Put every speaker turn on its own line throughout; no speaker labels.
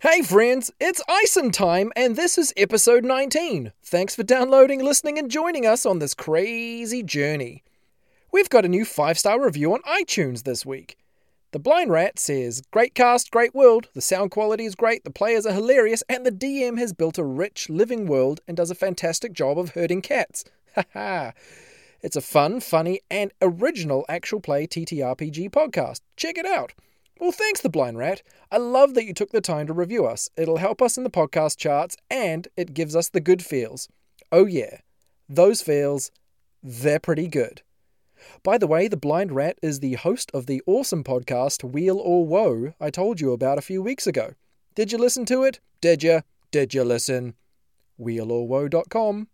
Hey friends, it's Ison time, and this is episode 19. Thanks for downloading, listening, and joining us on this crazy journey. We've got a new five star review on iTunes this week. The Blind Rat says, Great cast, great world, the sound quality is great, the players are hilarious, and the DM has built a rich, living world and does a fantastic job of herding cats. Ha ha! It's a fun, funny, and original actual play TTRPG podcast. Check it out. Well, thanks, The Blind Rat. I love that you took the time to review us. It'll help us in the podcast charts and it gives us the good feels. Oh, yeah. Those feels, they're pretty good. By the way, The Blind Rat is the host of the awesome podcast Wheel or Woe I told you about a few weeks ago. Did you listen to it? Did you? Did you listen? Wheelorwoe.com.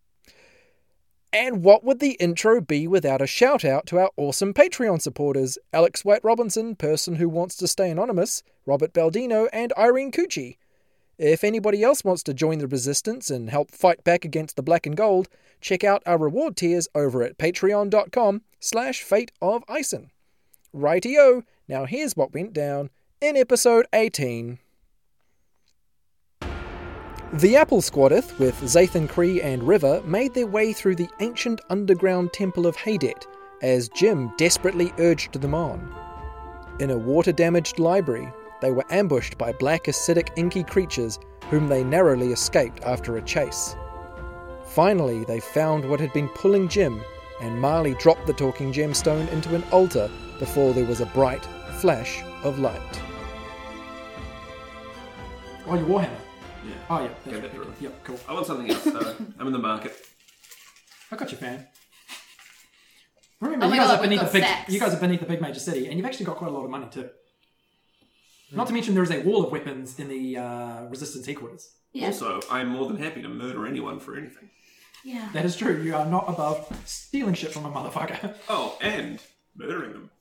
And what would the intro be without a shout out to our awesome Patreon supporters Alex White Robinson, Person Who Wants to Stay Anonymous, Robert Baldino, and Irene Cucci? If anybody else wants to join the resistance and help fight back against the black and gold, check out our reward tiers over at patreon.com slash fate of Ison. Rightio, now here's what went down in episode 18. The Apple Squadeth, with Zathan Cree and River, made their way through the ancient underground temple of Hadet, as Jim desperately urged them on. In a water damaged library, they were ambushed by black, acidic, inky creatures whom they narrowly escaped after a chase. Finally, they found what had been pulling Jim, and Marley dropped the talking gemstone into an altar before there was a bright flash of light.
Oh, your Warhammer.
Yeah.
Oh, yeah.
Go
That's
back to
right.
it.
Yep, cool.
I want something else though. I'm in the market.
I got you, fam. Remember,
Oh
you,
my
guys
God,
are beneath the
we've
big,
got sacks.
you guys are beneath the big major city, and you've actually got quite a lot of money too.
Hmm.
Not to mention, there is a wall of weapons in the uh, resistance headquarters.
Yeah.
Also, I'm more than happy to murder anyone for anything.
yeah.
That is true. You are not above stealing shit from a motherfucker.
Oh, and murdering them for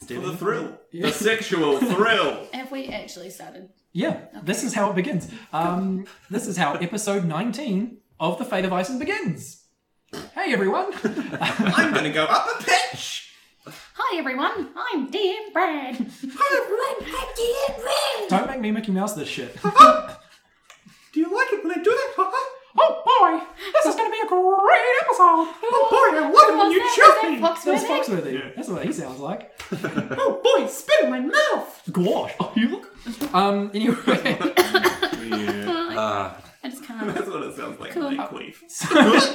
the
Stealing.
thrill,
Yeah.
the sexual thrill.
Have we actually started?
Yeah, this is how it begins. Um, this is how episode 19 of The Fate of Ison begins. Hey, everyone.
I'm gonna go up a pitch.
Hi everyone, I'm DM Brad. Hi everyone, I'm DM Brad.
Don't make me Mickey Mouse this shit.
Do you like it when I do that? Papa?
Oh boy, this is going to be a great episode. Oh
boy, I love it when you choke me.
That's
Foxworthy?
Foxworthy.
Yeah.
That's what he sounds like.
Oh boy, spit in my mouth.
Gosh, oh, you look. Um, anyway.
Yeah,
I just can't.
that's what it sounds like.
Cool.
when I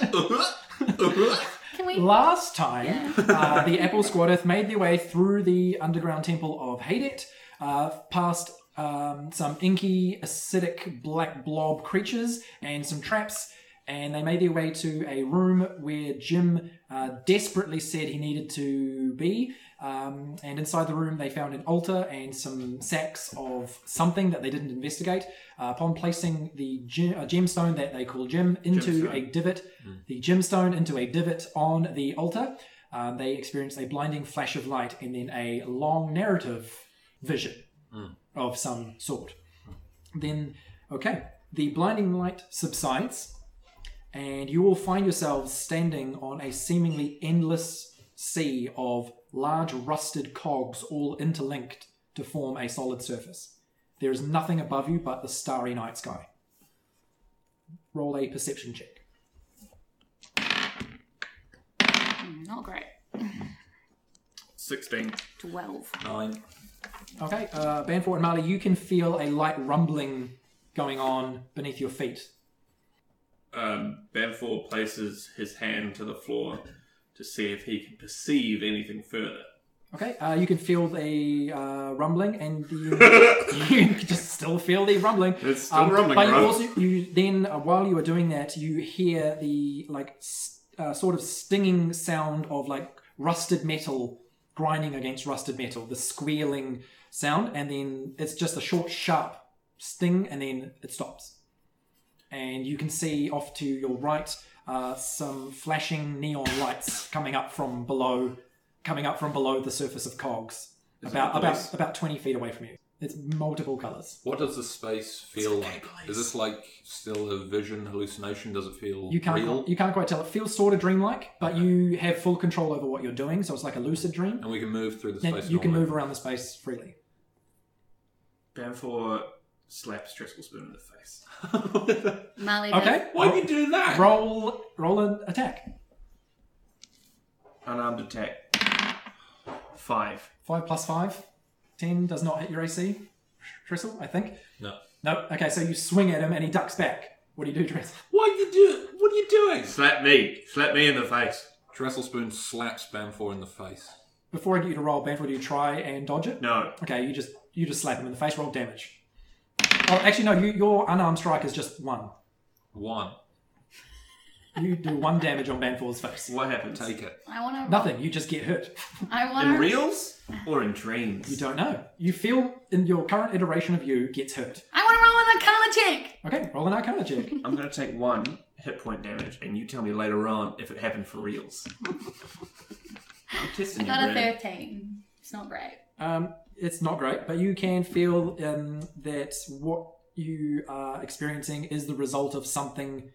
queef.
Can we?
Last time, uh, the Apple Squadeth made their way through the underground temple of Hadet, uh, past um, some inky, acidic, black blob creatures and some traps, and they made their way to a room where Jim uh, desperately said he needed to be. Um, and inside the room, they found an altar and some sacks of something that they didn't investigate. Uh, upon placing the gem- uh, gemstone that they call gem into
Gemstone.
a divot, the gemstone into a divot on the altar. Um, they experience a blinding flash of light and then a long narrative vision of some sort. Then, okay, the blinding light subsides, and you will find yourselves standing on a seemingly endless sea of large rusted cogs all interlinked to form a solid surface. There is nothing above you but the starry night sky. Roll a perception check.
Hmm, Not great.
Sixteen.
Twelve.
Nine.
Okay, uh, Banfor and Marley, you can feel a light rumbling going on beneath your feet.
Um, Bamfor places his hand to the floor to see if he can perceive anything further.
Okay, uh, you can feel the uh, rumbling, and the, you can just still feel the rumbling. Um,
It's still rumbling,
But you
bro.
also, you then, uh, while you are doing that, you hear the like s- uh, sort of stinging sound of like rusted metal grinding against rusted metal, the squealing sound, and then it's just a short, sharp sting, and then it stops. And you can see off to your right uh, some flashing neon lights coming up from below coming up from below the surface of cogs,
Is it
about
the
about
police?
about twenty feet away from you. It's multiple colors.
What does the space feel
okay,
like?
guys.
Is this like still a vision hallucination? Does it feel
You can't
real?
you can't quite tell. It feels sort of dreamlike, but you have full control over what you're doing, so it's like a lucid dream.
And we can move through the
Then
space.
you can
normally.
move around the space freely.
Bamfor slaps Trestle Spoon in the face.
Marley
Okay.
Why'd you do that?
Roll roll an attack.
Unarmed attack. Five.
Five plus five. Ten does not hit your AC. Tristle, I think.
No.
No. Okay, so you swing at him and he ducks back. What do you do, Tristle?
Why'd you do What are you doing?
Slap me. Slap me in the face.
Trestle Spoon slaps Bamfor in the face.
Before I get you to roll, Banford, do you try and dodge it?
No.
Okay, you just you just slap him in the face. Roll damage. Oh, actually, no. You, your unarmed strike is just one.
One.
You do one damage on Banford's face.
What happens?
Take it.
I want to.
Nothing. You just get hurt.
I want
In
to.
reels or in
You
dreams?
don't know. You feel in your current iteration of you gets hurt.
I want to roll an arcana check.
Okay, roll an Arcana check.
I'm going to take one hit point damage, and you tell me later on if it happened for reals. I'm testing you,
Got a
Brad.
thirteen. It's not great.
Um, it's not great, but you can feel um, that what you are experiencing is the result of something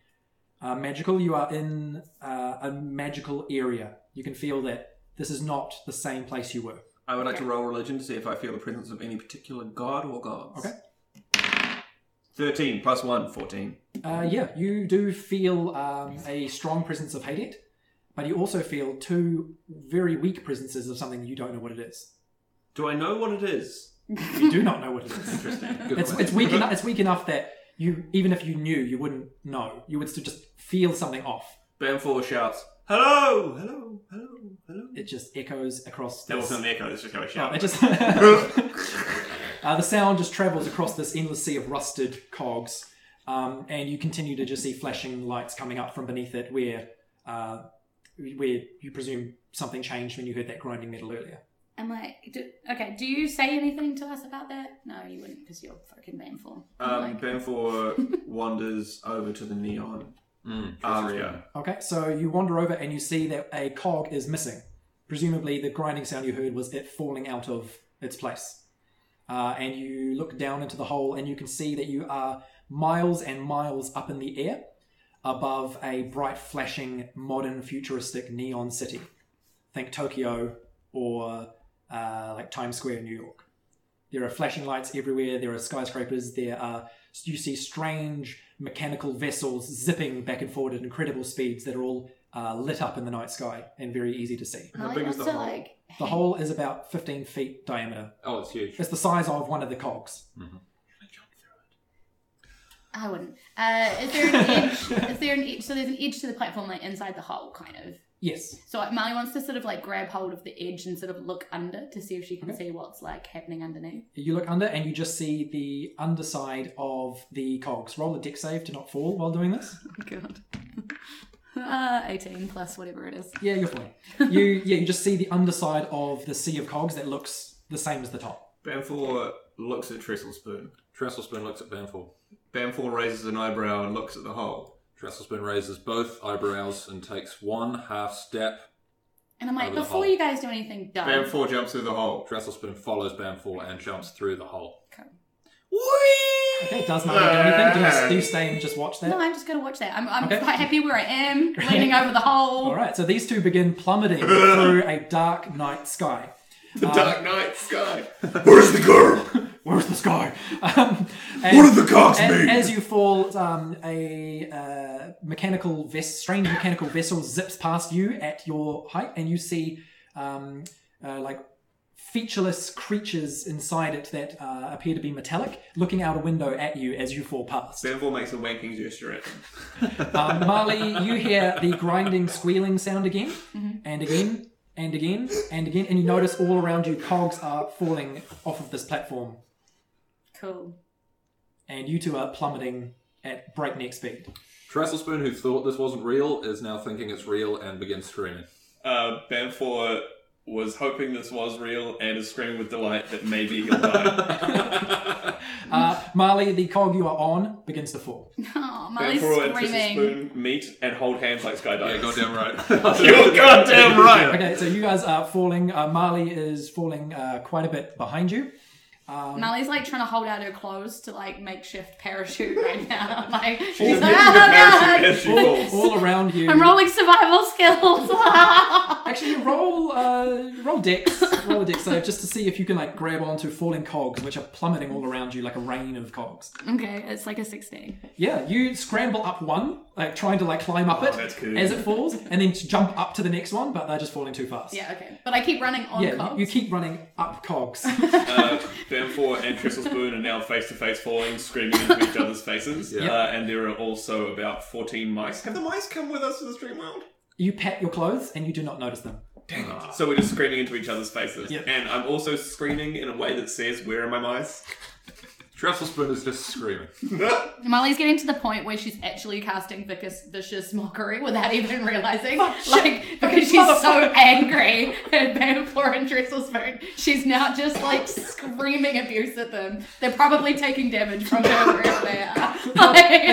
uh, magical. You are in uh, a magical area. You can feel that this is not the same place you were.
I would like to roll religion to see if I feel the presence of any particular god or gods.
Okay.
13 plus 1, 14.
Uh, yeah, you do feel um, a strong presence of Hadet, but you also feel two very weak presences of something you don't know what it is.
Do I know what it is?
You do not know what it is.
Interesting.
Good
It's,
question.
it's weak enough. It's weak enough that you, even if you knew, you wouldn't know. You would still just feel something off.
Bamfor shouts, Hello! Hello! Hello! Hello!
It just echoes across.
That
this-
wasn't an echo, that's just how I
Oh,
shout.
it just.
Oh.
Uh, the sound just travels across this endless sea of rusted cogs, um, and you continue to just see flashing lights coming up from beneath it, where, uh, where you presume something changed when you heard that grinding metal earlier.
Am I do, okay? Do you say anything to us about that? No, you wouldn't, because you're fucking manful.
Um, Bamfor wanders over to the neon
Mm,
Ah,
Trestle
aria.
Okay, so you wander over and you see that a cog is missing. Presumably, the grinding sound you heard was it falling out of its place. Uh, and you look down into the hole and you can see that you are miles and miles up in the air above a bright, flashing, modern, futuristic neon city. Think Tokyo or uh, like Times Square, New York. There are flashing lights everywhere. There are skyscrapers. There are you see strange mechanical vessels zipping back and forward at incredible speeds that are all uh, lit up in the night sky and very easy to see.
How big is the hole?
Like,
The
hang-
hole is about 15 feet diameter.
Oh, it's huge.
It's the size of one of the cogs.
I wouldn't. Uh, is there an edge? is there an edge? So there's an edge to the platform, like inside the hole, kind of.
Yes.
So like, Marley wants to sort of like grab hold of the edge and sort of look under to see if she can see what's like happening underneath.
You look under and you just see the underside of the cogs. Roll a deck save to not fall while doing this.
God. uh, 18 plus whatever it is.
Yeah, you're fine. you yeah, you just see the underside of the sea of cogs that looks the same as the top.
Bamfor looks at Trestle Spoon.
Trestle Spoon looks at Bamfor.
Bamfor raises an eyebrow and looks at the hole.
Trestle Spoon raises both eyebrows and takes one half step.
And I'm like,
Over the
before
hole.
you guys do anything, dumb.
Bamfor jumps through the hole.
Trestle Spoon follows Bamfor and jumps through the hole.
Okay.
Okay, it does not do anything. Do you, do you stay and just watch that?
No, I'm just gonna watch that. I'm, I'm
Okay.
quite happy where I am, leaning over the hole.
All right, so these two begin plummeting through a dark night sky.
The Dark Night Sky!
Where's the girl?
Where's the sky? Um, and-
What did the cops
and
mean?
As you fall, um, a uh, mechanical ves- strange mechanical vessel zips past you at your height, and you see um, uh, like featureless creatures inside it that uh, appear to be metallic, looking out a window at you as you fall past.
Bamfor makes a wanking gesture at him.
Um, Marley, you hear the grinding, squealing sound again, and again, and again, and again, and you notice all around you cogs are falling off of this platform,
Cool.
and you two are plummeting at breakneck speed.
Trestle Spoon, who thought this wasn't real, is now thinking it's real and begins screaming.
Uh, Bamfor was hoping this was real and is screaming with delight that maybe he'll die.
Uh, Marley, the cog you are on begins to fall.
Oh, Molly's
Bamfor and Twisted
screaming.
Spoon meet and hold hands like skydivers.
Yeah, goddamn right.
You're goddamn right!
Okay, so you guys are falling. Uh, Marley is falling uh, quite a bit behind you.
Molly's like trying to hold out her clothes to like makeshift parachute right now. Like
She's
she's like,
making the
oh
parachute
god,
as she
All,
falls.
all around you.
I'm rolling survival skills.
Actually, roll uh, roll dex, roll a dex save just to see if you can like grab onto falling cogs, which are plummeting all around you like a rain of cogs.
okay, it's like a sixteen.
Yeah, you scramble up one, like trying to like climb up
Oh,
it
that's good.
as it falls, and then to jump up to the next one, but they're just falling too fast.
Yeah, okay. But I keep running on
yeah.
cogs.
You, you keep running up cogs.
Uh, Bamfor and Trestle Spoon are now face to face falling, screaming into each other's faces.
Yeah.
Uh, and there are also about 14 mice. Have the mice come with us to the stream world?
you pat your clothes, and you do not notice them.
Dang
Ah.
it. So we're just screaming into each other's faces.
Yeah.
And I'm also screaming in a way that says, Where are my mice?
Trestle Spoon is just screaming.
Molly's getting to the point where she's actually casting vicious, vicious mockery without even realizing, like because she's so angry at Banfor and Trestlespoon, she's now just like screaming abuse at them. They're probably taking damage from her wherever they are.
They can't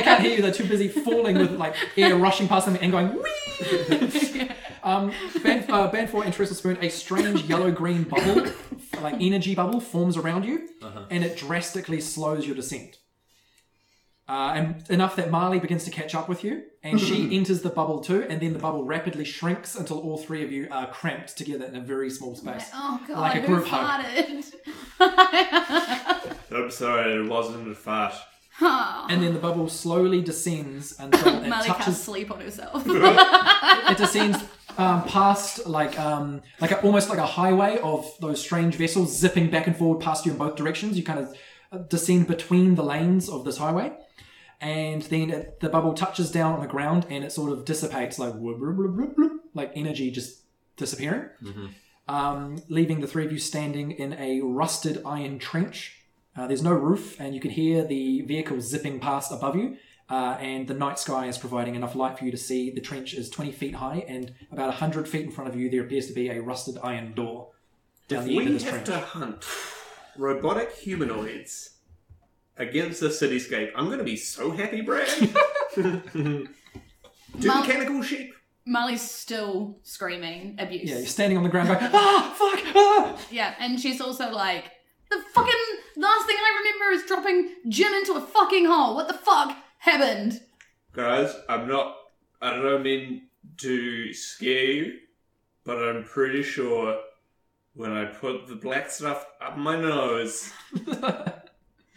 Like,
hear you. They're too busy falling with like air rushing past them and going wee. um, Ban- uh, Banfor and Trestle Spoon, a strange yellow-green bubble, like energy bubble, forms around you, and it drastically slows your descent. Uh, and enough that Marley begins to catch up with you, and she enters the bubble too, and then the bubble rapidly shrinks until all three of you are cramped together in a very small space.
oh god,
Like a
who
group hug.
farted?
I'm sorry, it wasn't a fart.
And then the bubble slowly descends until it
Molly can't
touches
sleep on herself.
it descends um, past like um, like a, almost like a highway of those strange vessels zipping back and forward past you in both directions. You kind of uh, descend between the lanes of this highway, and then it, the bubble touches down on the ground and it sort of dissipates like whoop, whoop, whoop, whoop, whoop, like energy just disappearing, um, leaving the three of you standing in a rusted iron trench. Uh, there's no roof, and you can hear the vehicles zipping past above you. Uh, and the night sky is providing enough light for you to see the trench is 20 feet high, and about 100 feet in front of you, there appears to be a rusted iron door down the end of
We
this
have
trench.
to hunt robotic humanoids against the cityscape. I'm going to be so happy, Brad. Do
Mum.
mechanical sheep.
Molly's still screaming abuse.
Yeah, you're standing on the ground going, ah, fuck, ah!
Yeah, and she's also like, the fucking last thing I remember is dropping Jim into a fucking hole. What the fuck happened?
Guys, I'm not. I don't mean to scare you, but I'm pretty sure when I put the black stuff up my nose,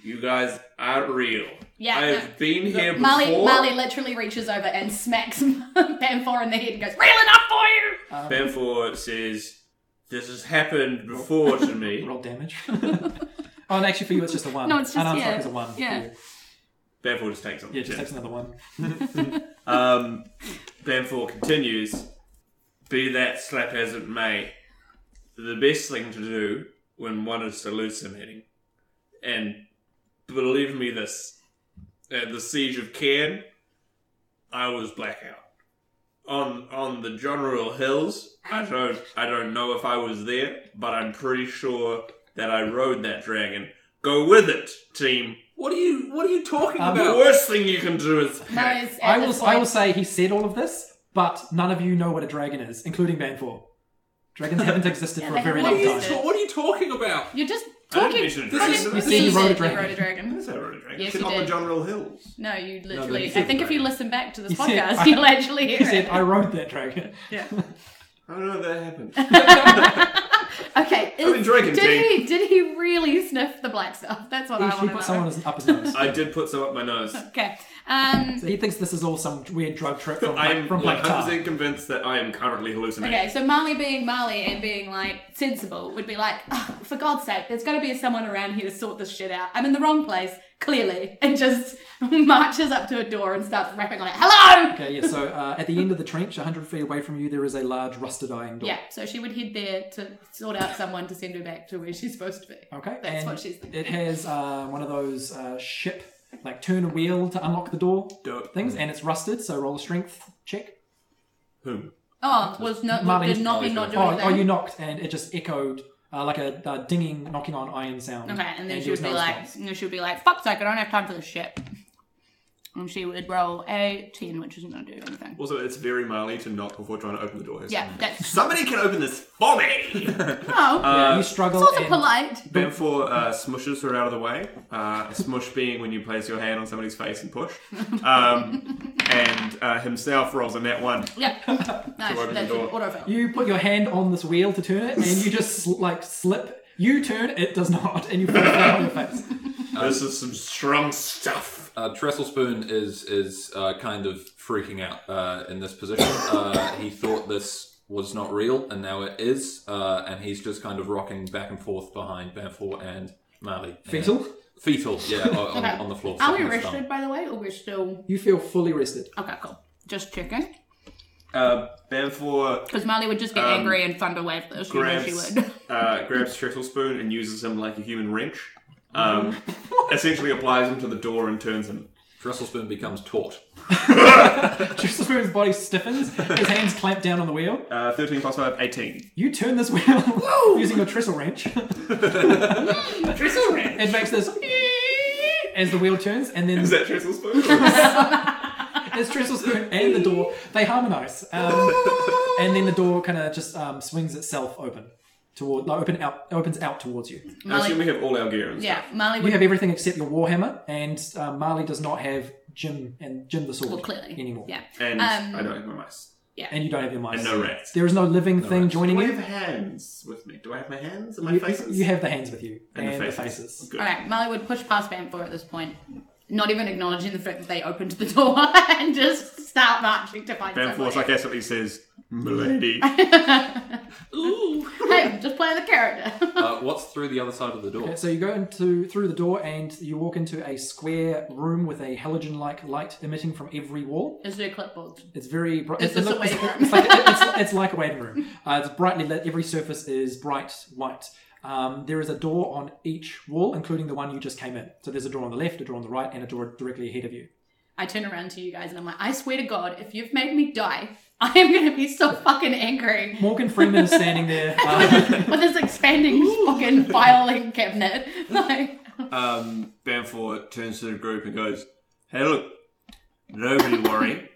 you guys aren't real.
Yeah,
I have
no.
been here before.
Marley, Marley literally reaches over and smacks Bamfor in the head and goes, Real enough for you!
Uh,
Bamford says, "This has happened before to me."
Roll damage. oh, and actually for you, it's just a one.
No, it's just-
Unarmed
yeah,
strike is a one. for
yeah.
you.
Bamford just takes on.
Yeah, just takes another one.
Um, Bamfor continues, be that slap as it may, the best thing to do when one is hallucinating, and believe me this, at the siege of Cairn, I was blackout. On on the John Royal Hills, I don't I don't know if I was there, but I'm pretty sure that I rode that dragon. Go with it, team.
What are you? What are you talking
Um,
The
about?
worst thing you can do is panic.
Molly's at
I
this
will,
point-
I will say he said all of this, but none of you know what a dragon is, including Banfor. Dragons haven't existed
Yeah,
for
they
a very
What
long
are you,
haven't
time.
ta- what are you talking about?
You're just
I didn't
talking.
mention a
I
dragon.
didn't-
You
you
said you rode a
said
dragon.
You rode a dragon.
I rode a dragon?
Yes, you did.
Royal Hills.
No, you
but you
literally. I
said
think if you
dragon.
listen back to this
You said-
podcast,
I-
you'll actually hear
He said,
it.
I rode that dragon.
yeah.
I don't know if that happened.
Okay.
I've been drinking,
did
Jane.
he did he really sniff the black stuff? That's what I
He
want to know.
put someone as- up his nose.
I did put some up my nose.
Okay. Um,
So he thinks this is all some weird drug trip from,
I am
from Black Tar.
100% convinced that I am currently hallucinating.
Okay, so Marley being Marley and being like sensible would be like, "Ugh, for God's sake, there's got to be someone around here to sort this shit out. I'm in the wrong place, clearly, and just marches up to a door and starts rapping on it. Hello.
Okay, yeah, so uh, at the end of the trench, 100 feet away from you, there is a large rusted iron door.
Yeah, so she would head there to sort out someone to send her back to where she's supposed to be.
Okay,
That's
and
what she's thinking.
it has uh, one of those uh, ship, like turn a wheel to unlock the door
Dope.
things, and it's rusted, so roll a strength check.
Whom?
Oh, was no,
Marley-
did nothing not do
Oh,
anything.
oh, you knocked, and it just echoed uh, like a uh, dinging, knocking on iron sound.
Okay, and then
there
she
was
would be
no
like,
response.
and she would be like, "Fuck sake, I don't have time for this shit." and she would roll a 10, which isn't going to do anything.
Also, it's very Marley to knock before trying to open the door.
Yeah, that's.
Somebody can open this for me!
No!
yeah, you struggle.
it's also
uh, and-
polite.
Bamfor uh, smushes her out of the way. Uh, a smush being when you place your hand on somebody's face and push. Um, and uh, himself rolls a net one.
Yeah. nice.
open the
That's an
door.
autofill.
You put your hand on this wheel to turn it, and you just sl- like slip. You turn, it does not, and you fall flat on your face.
this is some strong stuff.
Uh, Trestle Spoon is is uh, kind of freaking out uh, in this position. Uh, he thought this was not real, and now it is, uh, and he's just kind of rocking back and forth behind Banfor and Marley.
Fetal,
Fetal, yeah, on, on-
Okay.
on the floor.
Are we
sucking his thumb.
rested, by the way, or we're still.
you feel fully rested.
Okay, cool. Just checking.
Uh, Bamfor
Because Marley would just get angry and thunder wave this. You know she
grabs,
would.
uh, grabs Trestle Spoon and uses him like a human wrench. Um, essentially applies him to the door and turns him.
Trestle Spoon becomes taut.
Just his body stiffens, his hands clamp down on the wheel.
Uh, 13 plus 5, 18.
You turn this wheel using your trestle wrench.
Tristle ran.
It makes this as the wheel turns, and then
Is that Trestle Spoon?
There's Trestle Spoon and the door. They harmonise. Um, and then the door kind of just um, swings itself open toward, like open out, opens out towards you.
I assume we have all our gear and
Yeah, Marley
You
would.
have everything except your warhammer, and um, Marley does not have Jim and Jim the sword
Well, clearly.
anymore.
Yeah.
stuff. And
Um,
I don't have my mice.
And you don't have your mice.
And no rats.
There is no living thing joining
Do I
you.
have hands with me? Do I have my hands and my
You,
faces?
you have the hands with you and, the faces.
Good.
All right, Molly would push past Bamfor at this point, not even acknowledging the fact that they opened the door and just start marching to find
Van Force
somebody.
sarcastically says, "Milady."
Ooh, hey, just playing the character.
Uh, what's through the other side of the door?
So you go into through the door and you walk into a square room with a halogen-like light emitting from every wall.
Is there clipboards?
It's very bright.
Is this a waiting room?
It's like, it's, it's like a waiting room. Uh, it's brightly lit. Every surface is bright white. Um, there is a door on each wall, including the one you just came in. So there's a door on the left, a door on the right, and a door directly ahead of you.
I turn around to you guys and I'm like, I swear to God, if you've made me die, I am going to be so fucking angry
Morgan Freeman is standing there. Uh,
with this expanding fucking filing cabinet. Like,
um, Banfor turns to the group and goes, "Hey, look, nobody worry.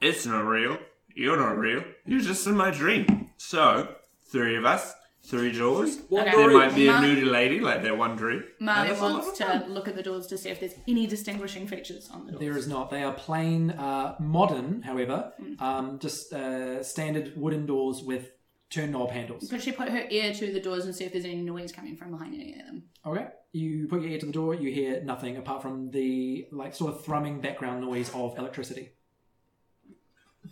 It's not real. You're not real. You're just in my dream. So, three of us, three doors.
Okay.
There might be a
Ma-
nudie lady like that one dream.
Marley
And that's a lot
wants
of fun.
to look at the doors to see if there's any distinguishing features on the doors.
there is not. They are plain, uh, modern, however, um, just uh, standard wooden doors with turn knob handles.
Could she put her ear to the doors and see if there's any noise coming from behind any of them?
Okay. You put your ear to the door. You hear nothing apart from the like sort of thrumming background noise of electricity.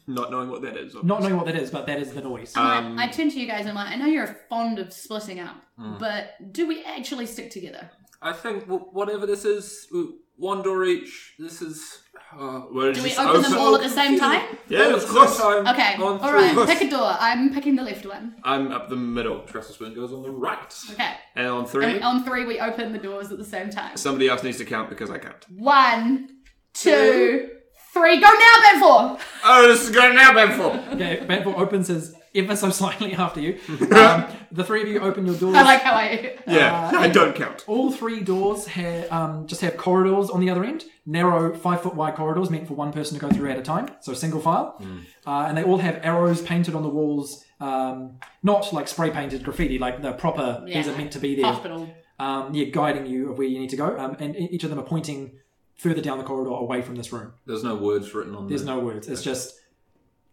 Not knowing what that is.
Not knowing what that is, but that is the noise.
Um, Hmm.
I turn to you guys and I'm like, I know you're fond of splitting up, but do we actually stick together?
I think w- whatever this is, w- one door each. This is. Uh,
Well,
Do we
just
open them
open-
all at the same time?
Oh, Yeah, of course.
Okay,
One,
all
three.
right, pick a door. I'm picking the left one.
I'm up the middle,
Trestle Spoon goes on the right.
Okay.
and on three,
And oh. on three, we open the doors at the same time.
somebody else needs to count because I can't.
One, two, three. Go now, Benfor!
Oh, this is going now, Banfor.
Okay, Banfor opens his ever so slightly after you. Um, the three of you open your doors.
I like how I.
Yeah, I don't count.
All three doors ha- um, just have corridors on the other end, narrow five foot wide corridors meant for one person to go through at a time, so single file. Uh, and they all have arrows painted on the walls, um, not like spray painted graffiti, like the proper, these
Yeah.
are meant to be there.
Hospital.
Um, yeah, guiding you of where you need to go. Um, and e- each of them are pointing further down the corridor away from this room.
There's no words written on
There's
the-
no words, it's just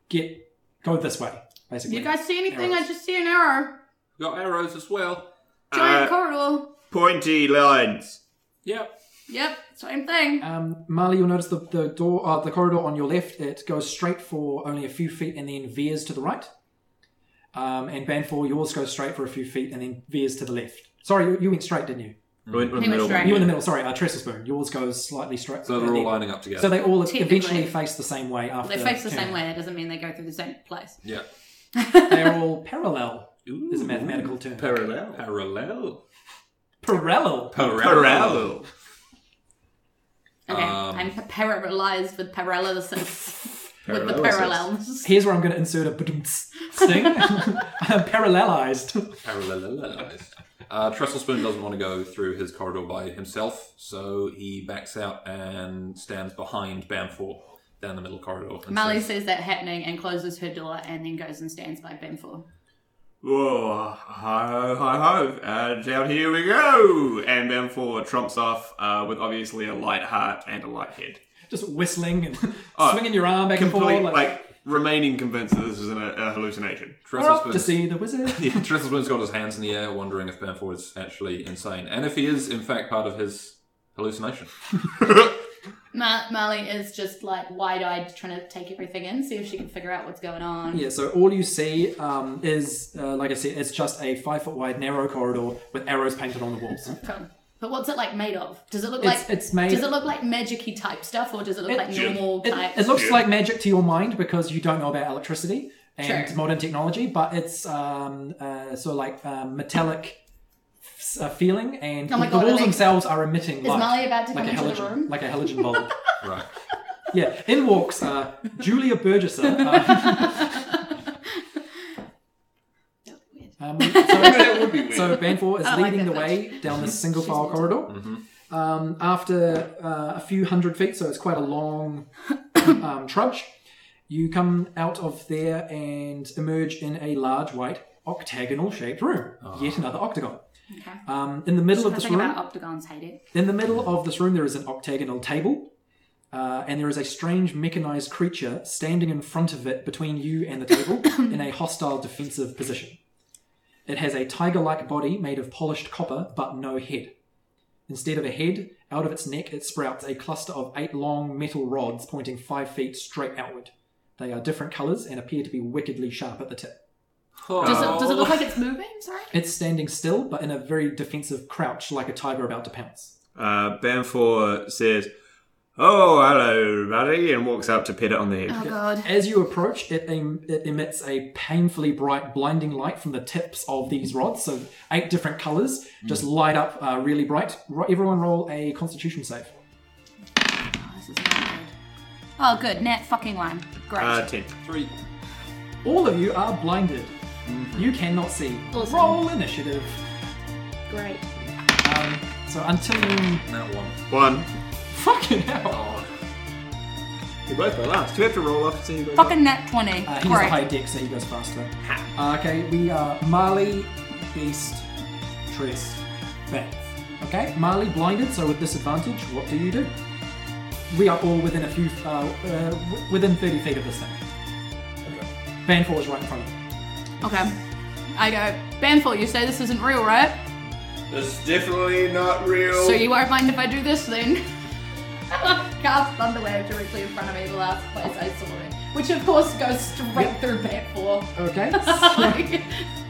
get, go this way, basically.
You guys see anything? I just see an arrow.
Got arrows as well.
Giant
Uh,
corridor.
Pointy lines.
Yep.
Yep, same thing.
Um, Marley, you'll notice the, the door, uh, the corridor on your left. It goes straight for only a few feet and then veers to the right. Um, and Banfor, yours goes straight for a few feet and then veers to the left. Sorry, you, you went straight, didn't you?
Went with
He was
middle.
straight.
You in the middle. Sorry, uh, Trestle Spoon. Yours goes slightly straight.
So they're all lining up together.
So they all
Technically.
eventually face the same way after.
They face the same
turning.
way. That doesn't mean they go through the same place.
yeah.
They're all parallel. Is a mathematical term.
Parallel.
Parallel.
parallel.
Parallel.
Okay,
Um,
I'm paralyzed with paralysis. with the parallels.
Here's where I'm going to insert a sting. I'm parallelized.
Parallelized. Uh, Trestlespoon doesn't want to go through his corridor by himself, so he backs out and stands behind Bamfor down the middle corridor. and
Mally
says,
sees that happening and closes her door and then goes and stands by Benfor.
Whoa, ho, ho, ho. Uh, down here we go. And Bamfor trumps off uh, with obviously a light heart and a light head.
Just whistling and
Oh,
swinging your arm back and
Complete,
forth.
like, remaining convinced that this is an, a hallucination.
"We're up
Trestlespoon-
to see the wizard.
Yeah, Trestlespoon's got his hands in the air, wondering if Bamfor is actually insane, and if he is, in fact, part of his hallucination.
Ma- Marley is just like wide eyed, trying to take everything in, see if she can figure out what's going on.
Yeah, so all you see um, is, uh, like I said, it's just a five foot wide narrow corridor with arrows painted on the walls.
Cool. But what's it like made of? Does it look
It's-
like
it's made-
Does it look like magicy type stuff, or does it look
It-
like normal type?
It, it looks like magic to your mind because you don't know about electricity and
Sure.
modern technology, but it's um, uh, sort of like um, metallic f- uh, feeling, and
Oh my
the
God,
walls
I think-
themselves are emitting
is
light.
Molly about to
like
come
a
into the
halogen,
room?
like a halogen bulb.
Right.
yeah, in walks uh, Julia Burgesser. Uh, um, so-
that would be weird. Mm-hmm.
So Banfor is
I like
leading
that
the way down this single file
She's
corridor. Um, after uh, a few hundred feet, so it's quite a long um, trudge, you come out of there and emerge in a large white octagonal shaped room.
Oh.
Yet another octagon.
Okay.
Um, in the middle of
I
this
think about
room,
octagons hate it.
in the middle of this room, there is an octagonal table. Uh, and there is a strange mechanized creature standing in front of it between you and the table in a hostile defensive position. It has a tiger like body made of polished copper but no head. Instead of a head, out of its neck it sprouts a cluster of eight long metal rods pointing five feet straight outward. They are different colors and appear to be wickedly sharp at the tip.
Oh.
Does
Uh,
it Does it look like it's moving? Sorry.
It's standing still but in a very defensive crouch like a tiger about to pounce.
Uh, Bamfor says, Oh, hello, buddy, and walks up to pet it on the head.
Oh god.
As you approach, it, em- it emits a painfully bright, blinding light from the tips of these rods. So eight different colors just light up uh, really bright. Ro- Everyone roll a Constitution save.
Oh, this is not good. Oh good. Nat fucking one. Great.
Uh, 10.
Three.
All of you are blinded. You cannot see.
Awesome.
Roll initiative.
Great.
Um, so until you
Now one.
1.
fucking hell,
Oh,
You both go last. Do you have to roll off and see who goes
Fucking nat twenty.
uh, he's a high
Great.
deck, so he goes faster. Uh, okay, we are Marley, Beast, Tress, Bats. Okay, Marley blinded, so with disadvantage, what do you do? We are all within a few, uh, uh, w- within 30 feet of this thing. Van Four is right in front of you.
Okay. I go. Banful, you say this isn't real, right?
It's definitely not real.
So you won't mind if I do this then? Cast Thunderwave directly in front of me, the last place I saw it. Which of course goes straight through back four.
Okay.
Like,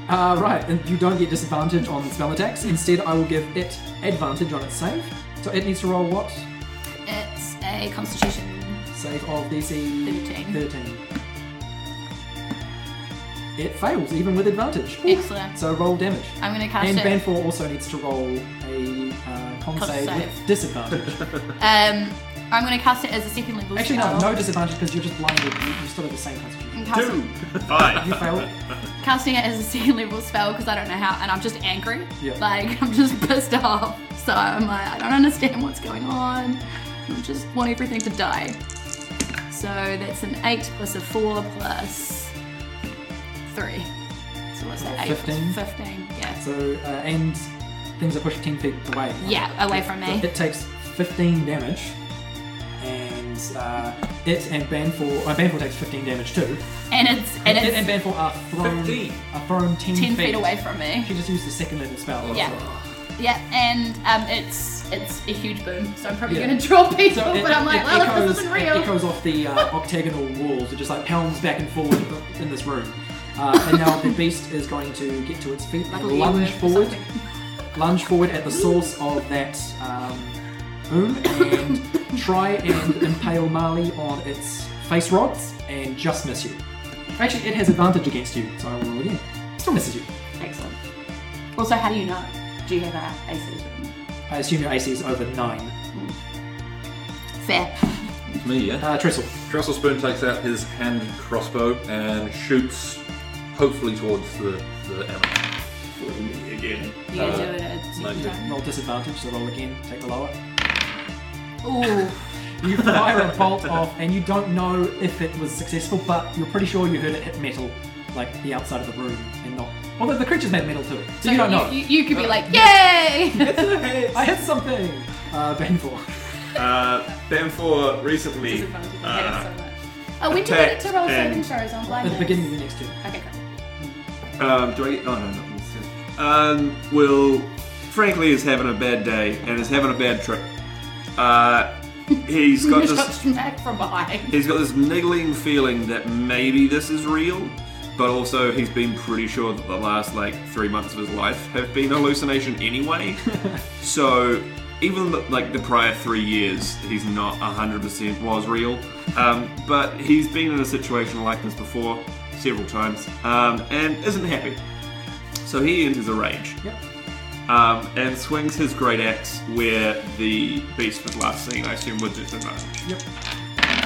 uh, right, and you don't get disadvantage on spell attacks. Instead, I will give it advantage on its save. So it needs to roll what?
it's a constitution.
Save of DC
13.
13. It fails, even with advantage.
Excellent.
So roll damage.
I'm gonna cast
And
it.
Banfor also needs to roll a uh, con
Con
save
save.
with disadvantage.
um I'm gonna cast it as a second level.
Actually, no,
spell.
no disadvantage because you're just blinded. You, you still have the same constitution.
I'm cast-
You
5.
fail.
casting it as a second level spell because I don't know how and I'm just angry.
Yeah.
Like I'm just pissed off. So I'm like, I don't understand what's going on. I just want everything to die. So that's an eight plus a four plus three. So what's that? Eight plus
Fifteen?
Fifteen. Yeah.
So, uh, and things are pushed 10 feet away.
yeah, away from
So
me.
it takes 15 damage, and uh, it and Banfor, uh, Banfor takes 15 damage too.
and it's and
it and
it's
Banfor are thrown,
15.
are thrown 10,
ten feet away from me.
She just used the second level spell.
Yeah. Yeah, and um, it's it's a huge boom, so I'm probably
Yeah.
gonna draw people,
So it,
Oh, but I'm
it-
like,
it
well, if
echoes,
this isn't
it
real,
echoes off the uh, octagonal walls. It just like pounds back and forward in this room. Uh, and now the beast is going to get to its feet
Like
and
a
lunge
earworm or
forward,
something.
lunge forward at the source of that um, boom, and try and impale Marley on its face rods and just miss you. Actually, it has advantage against you, so I will roll again. Still misses you.
Excellent. Also, how do you know? Do you have our ACs written?
I assume your AC is over nine.
Fair.
it's me, yeah.
Uh, Trestle.
Trestlespoon takes out his hand crossbow and shoots, hopefully towards the, the animal.
Yeah.
You
Uh,
do it at the same
90.
time.
Roll disadvantage, so roll again, take the lower.
Ooh.
You fire a bolt off, and you don't know if it was successful, but you're pretty sure you heard it hit metal, like the outside of the room, and not. Although the creature's made metal too, so, you don't know.
You, you could be like, yay!
I hit something! Uh, Baneful.
Uh, Bamfor recently.
Disadvantage, I hate
Uh,
it so much. Oh, when do you get to roll saving
Attack
throws on
At the
blindness?
beginning of your next turn.
Okay, cool.
Um, do I get? Oh no, not this time. Um, will frankly is having a bad day and is having a bad trip. Uh, he's got
You just got
this.
smacked from behind.
He's got this niggling feeling that maybe this is real, but also he's been pretty sure that the last like three months of his life have been hallucination anyway. so even the, like the prior three years, he's not hundred percent was real. Um, but he's been in a situation like this before several times um, and isn't happy. So he enters a rage
Yep.
um, and swings his great axe where the beast was last seen. I assume with disadvantage.
Yep.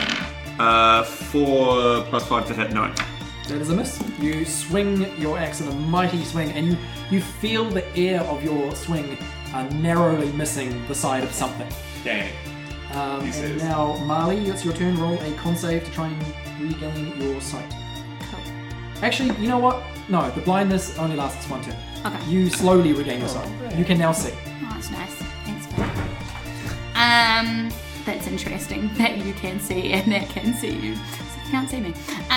Uh, four plus five to hit nine.
That is a miss. You swing your axe in a mighty swing, and you, you feel the air of your swing uh, narrowly missing the side of something.
Dang.
Um, and
says.
now, Marley, it's your turn. Roll a con save to try and regain your sight. Actually, you know what? No, the blindness only lasts one turn.
Okay.
You slowly regain your sight. You can now see.
Oh, that's nice. Thanks, babe. Um, that's interesting that you can see and that can see you. So you can't see me. Um,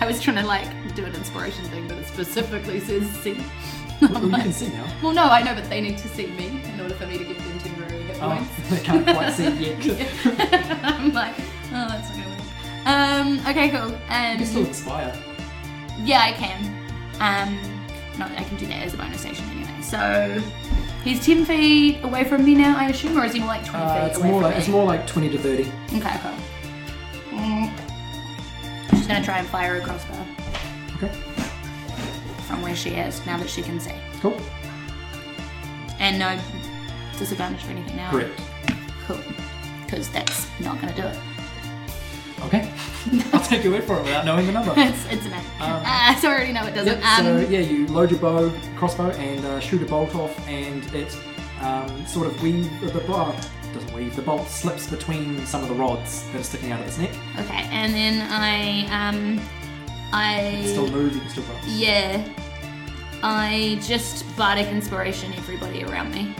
I was trying to like do an inspiration thing, but it specifically says see.
Well, Oh, you can see now.
Well, no, I know, but they need to see me in order for me to give them temporary hit
Oh,
points.
they can't quite see yet. You
I'm like, oh, that's not gonna work. Um, okay, cool.
can still
Um,
expire.
yeah, I can. Um, no, I can do that as a bonus action anyway. So he's ten feet away from me now, I assume, or is he more like twenty
Uh,
feet
it's
away
more
from
like
me?
it's more like twenty to thirty.
Okay, cool. Mm. She's gonna try and fire a crossbow
Okay,
from where she is now that she can see,
cool.
and no disadvantage or anything now.
Correct.
Cool. Because that's not gonna do it.
Okay, I'll take your word for it without knowing the number.
It's, it's a man. uh, so I already know it doesn't.
Um. Yep,
um,
so yeah, you load your bow, crossbow, and uh, shoot a bolt off, and it um, sort of weave the bow doesn't weave. The bolt slips between some of the rods that are sticking out of its neck.
Okay, and then I um I
Still move, you can still bounce.
yeah I just bardic inspiration everybody around me,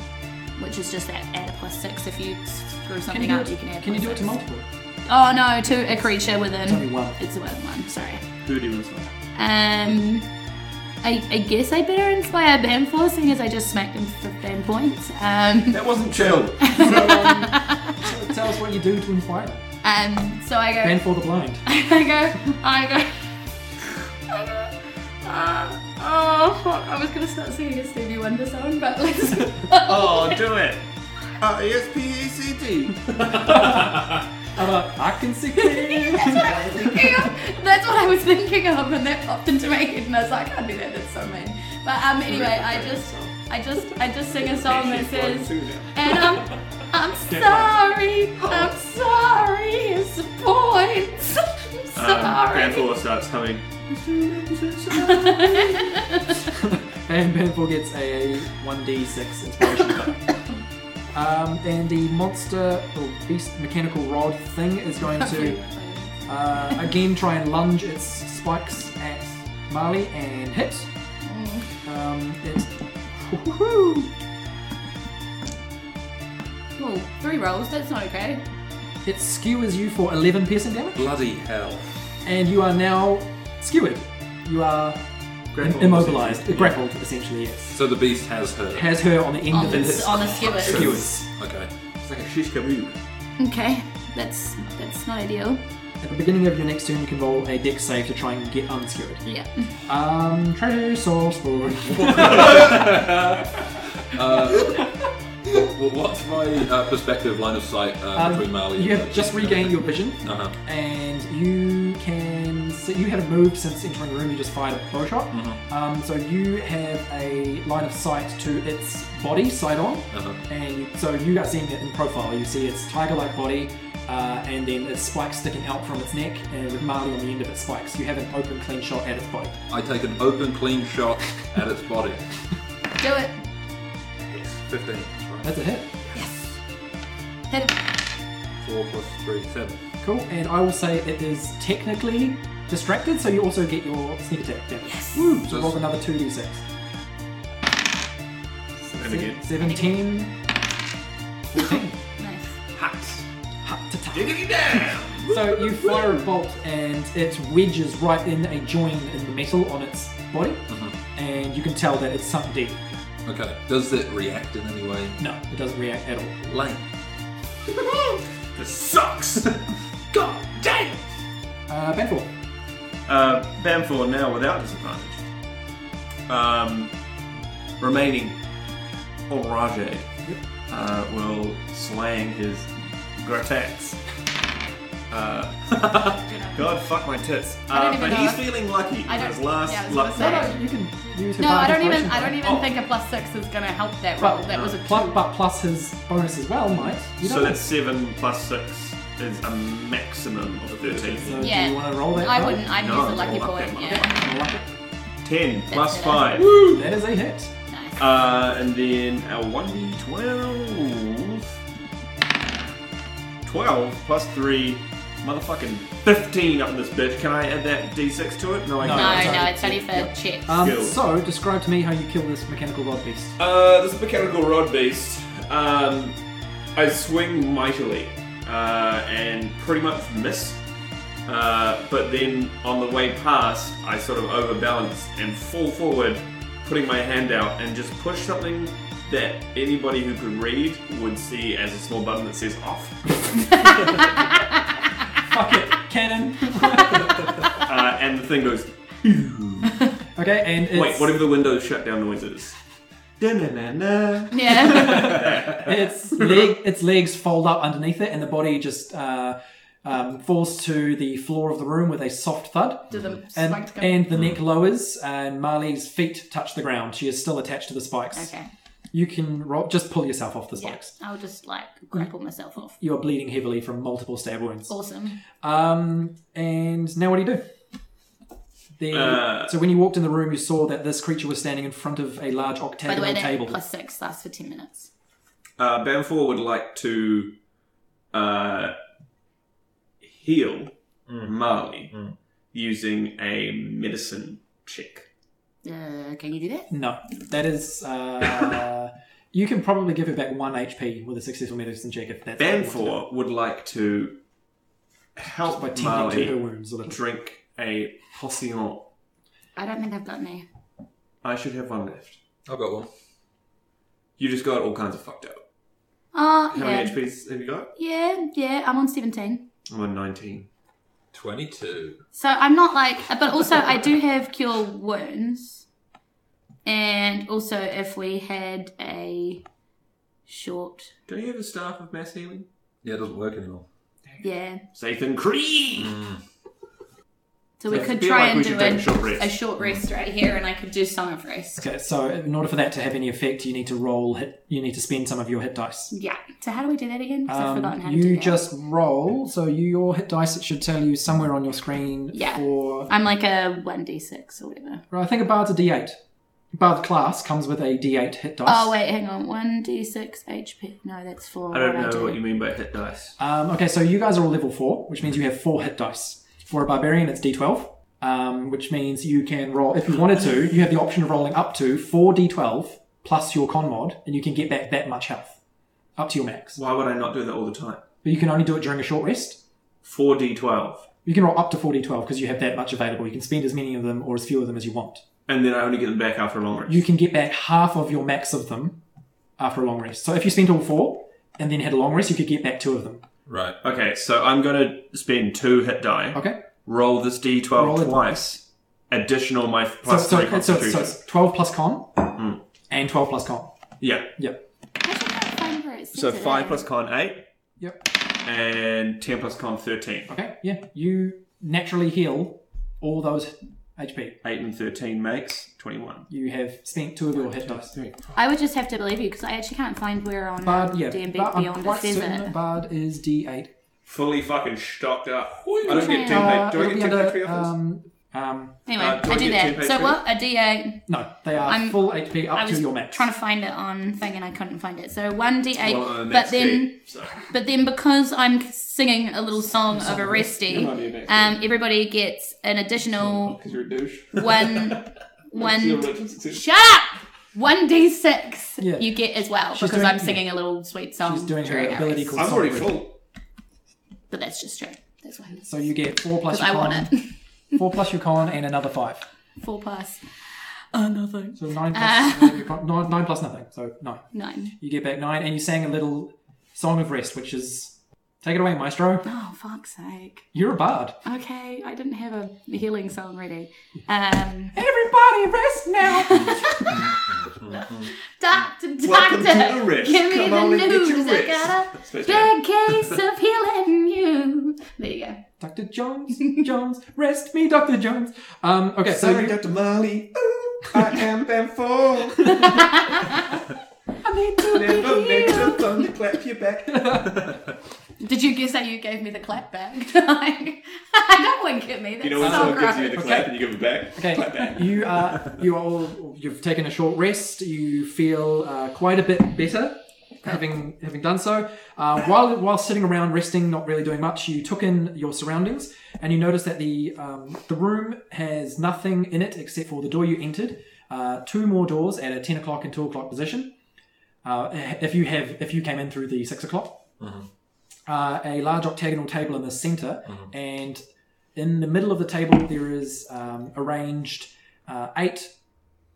which is just that add a plus six if you screw something up you can add.
Can you
plus
do it to
six.
multiple?
Oh no, to a creature within.
It's only one.
It's within one. Sorry.
Who do you inspire?
Um. I, I guess I better inspire Bamfor, seeing as I just smacked him for 15 points. Um,
That wasn't chill.
So tell us what you do to inspire them.
um, so I go.
Ban for the blind.
I go, I go, I go, uh, oh, fuck, I was gonna start singing a Stevie Wonder song, but let's.
oh, do it.
Uh,
E
E-S-P-E-C-T.
How about I can see clear?
That's what I was thinking of. That's what I was thinking of, and that popped into my head, and I was like, I can't do that. That's so mean. But um, anyway, I just, I just, I just sing a song that says, and I'm, I'm sorry,
Oh.
I'm sorry, it's the point. I'm
Um,
sorry.
Bamfor starts humming.
and Banfor gets a 1d6 inspiration die. Um, and the monster or beast mechanical rod thing is going to uh, again try and lunge its spikes at Marley and hit. Um, it's woo-hoo-hoo.
Cool. Three rolls. That's not okay.
it skewers you for 11 piercing damage,
Bloody hell.
and you are now skewered. You are
Grappled,
immobilized,
essentially.
grappled essentially. Yes.
So the beast has her.
Has her on the end
On
of
the,
its
on the skewers.
skewers.
Okay.
It's like a shish kaboom.
Okay, that's that's not ideal.
At the beginning of your next turn, you can roll a deck save to try and get unskewered.
Yeah.
Um, treasure source for
Well, what's my uh, perspective, line of sight uh, between Marley
Um,
and
you
the
have just
beast?
regained your vision,
Uh-huh.
and you can. So you haven't moved since entering the room. You just fired a bow shot. Um, so you have a line of sight to its body side on,
Uh-huh.
and you, so you are seeing it in profile. You see its tiger-like body. Uh, and then its spikes sticking out from its neck, and with Marley on the end of its spikes, you have an open, clean shot at its body.
I take an open, clean shot at its body.
Do it.
15.
That's a hit.
Yes. Hit it.
4 plus 3, 7.
Cool. And I will say it is technically distracted, so you also get your sneak attack damage. Yes. Woo! So
Does-
roll another 2d6.
And again.
17. 14.
Nice.
Ha, ta, ta.
Diggity down!
So you fire a bolt and it wedges right in a join in the metal on its body,
Mm-hmm.
and you can tell that it's sunk deep.
Okay. Does that react in any way?
No, it doesn't react at all.
Lame.
This sucks! God damn!
Uh, Banfor.
Uh, Bamfor now without disadvantage. Um, remaining Orage uh, will slang his grotets. Uh, God, fuck my tits.
I
Uh,
don't even
but
know
he's
if-
feeling lucky.
I
with
don't-
His last
yeah, I was
luck.
gonna
No,
say.
no, you can use your
No, I don't
bardic
even. I
inspiration,
don't even think a plus six is gonna help that
Well,
roll. That was a
Plus,
two.
but plus his bonus as well might. You
So
don't know.
that's 7 plus 6 is a maximum of 13.
So
Yeah.
do you want to roll that?
I
die?
wouldn't. I'd
No,
use a
it's
lucky
all up
point.
there,
Yeah.
10 plus
it.
5.
That is a hit.
Nice.
Uh, and then a 1d12. 12 plus 3. Motherfucking 15 up in this bitch. Can I add that d6 to it? No, I
No.
no,
can't.
no, it's only for checks.
Um,
Skill.
so describe to me how you kill this mechanical rod beast.
Uh, this mechanical rod beast. Um, I swing mightily uh, and pretty much miss. Uh, but then on the way past, I sort of overbalance and fall forward, putting my hand out and just push something that anybody who could read would see as a small button that says off.
Fuck it, cannon.
Uh, and the thing goes,
okay, and it's,
wait, whatever the window shutdown noise is. Da-na-na-na.
Yeah.
its leg, its legs fold up underneath it, and the body just uh, um, falls to the floor of the room with a soft thud.
Do the
And,
spiked go-
and the neck lowers, and Marley's feet touch the ground. She is still attached to the spikes.
Okay.
You can roll, just pull yourself off the
Yeah.
spikes.
I'll just like grapple myself off.
You are bleeding heavily from multiple stab wounds.
Awesome.
Um, and now what do you do? The,
Uh,
so when you walked in the room, you saw that this creature was standing in front of a large
By the
octagonal
way, that
table.
plus six lasts for ten minutes.
Uh, Banfor would like to uh, heal Marley using a medicine check.
Uh, can you do that?
No, that is. Uh, you can probably give her back one HP with a successful medicine check if that's. what you want to do.
Banfor would like to
Just
help
by tending to her
Marley
wounds a little.
drink a potion.
I don't think I've got any.
I should have one left.
I've got one.
You just got all kinds of fucked up.
Oh
How
yeah.
many HPs have you got?
Yeah, yeah. I'm on seventeen.
I'm on 19.
22.
So I'm not like, but also I do have cure wounds, and also if we had a short,
Do you have a staff of mass healing?
Yeah, it doesn't work anymore.
yeah.
Sathan Creed!
So we
Does it
could
feel
try
like
and
we
do
should
a,
take a short rest?
a short rest right here, and I could do some of rest.
Okay, so in order for that to have any effect, you need to roll hit. You need to spend some of your hit dice.
Yeah. So how do we do that again? Because I've
Um,
forgotten how to do
you
that.
just roll. So you, your hit dice it should tell you somewhere on your screen.
Yeah.
For
I'm like a one d six or whatever.
well, I think a bard's a D8. Bard class comes with a D8 hit dice.
Oh wait, hang on. One d six HP. No, that's for
I don't
what I
know
do.
what you mean by hit dice.
Um, okay, so you guys are all level four, which means you have four hit dice. For a barbarian, it's d12, um, which means you can roll, if you wanted to, you have the option of rolling up to four d12 plus your con mod, and you can get back that much health, up to your max.
Why would I not do that all the time?
But you can only do it during a short rest.
4d12.
You can roll up to four d12 because you have that much available. You can spend as many of them or as few of them as you want.
And then I only get them back after a long rest.
You can get back half of your max of them after a long rest. So if you spent all four and then had a long rest, you could get back two of them.
Right.
Okay, so I'm gonna spend two hit die.
Okay?
Roll this d12
Roll it
twice. Additional my f-
So,
plus
so,
three Hmm.
so, so
constitution.
it's 12 plus con and 12 plus con.
yeah.
Yep.
I should not find where it says
So
it,
five
eh?
plus con eight
Yep.
and ten plus con thirteen.
Okay. Yeah. You naturally heal all those HP.
Eight and thirteen makes twenty-one.
You have spent two of your hit dice.
I would just have to believe you because I actually can't find where on
Bard,
um,
yeah.
D&B
Bard, I'm
Beyond it
quite
says
certain that
it.
Bard is D8.
Fully fucking stocked up. I don't get template.
Uh,
Do I
Uh, it'll
get
be
template
under,
three of this?
um, Um,
Anyway,
Uh, do
I
I
do
get
that.
two
So
HP?
what? A D8.
no, they are
I'm-
full HP up
I was
to your max.
trying to find it on thing and I couldn't find it. So one D8,
Well, uh,
but
max
then.
D, so.
But then, because I'm singing a little song of Arresty,
might be a backstory.
um, everybody gets an additional
Because you're a douche.
one.
See,
one.
I'm not-
Shut up! One d six.
Yeah.
You get as well
She's
because
doing-
I'm singing a little sweet song.
She's doing her
during our
ability
race.
called
I'm already
Solid Red.
full.
But that's just true. That's why.
So you get four plus
Because
your
I
con,
want it.
four plus your con, and another five.
Four plus.
Oh,
Another
So nine plus uh, your con- nine, nine plus nothing. So nine.
nine.
You get back nine, and you sang a little song of rest, which is take it away, maestro.
Oh fuck's sake!
You're a bard.
Okay, I didn't have a healing song ready. Um,
Everybody rest now.
Doctor,
Welcome
doctor,
to the rest.
give me
Come on
the
and get your
news. I
rest.
got a
Space
big case of healing you. There you go.
Doctor Jones, Jones, rest me, Doctor Jones. Um, okay, so
Sorry,
you-
Dr. Molly. Ooh, I am Bamford.
I need to be
Never make
you.
the thunder clap your back.
Did you guess that you gave me the clap back? like, don't wink at me. That's
You know when
so
someone gives
gross.
you the clap and you give it back?
Okay, you are you are all you've taken a short rest. You feel uh, quite a bit better having having done so. Uh, while while sitting around resting, not really doing much, you took in your surroundings and you notice that the um, the room has nothing in it except for the door you entered. Uh, two more doors at a ten o'clock and two o'clock position. Uh, if you have if you came in through the six o'clock. Uh, a large octagonal table in the center, and in the middle of the table, there is um, arranged uh, eight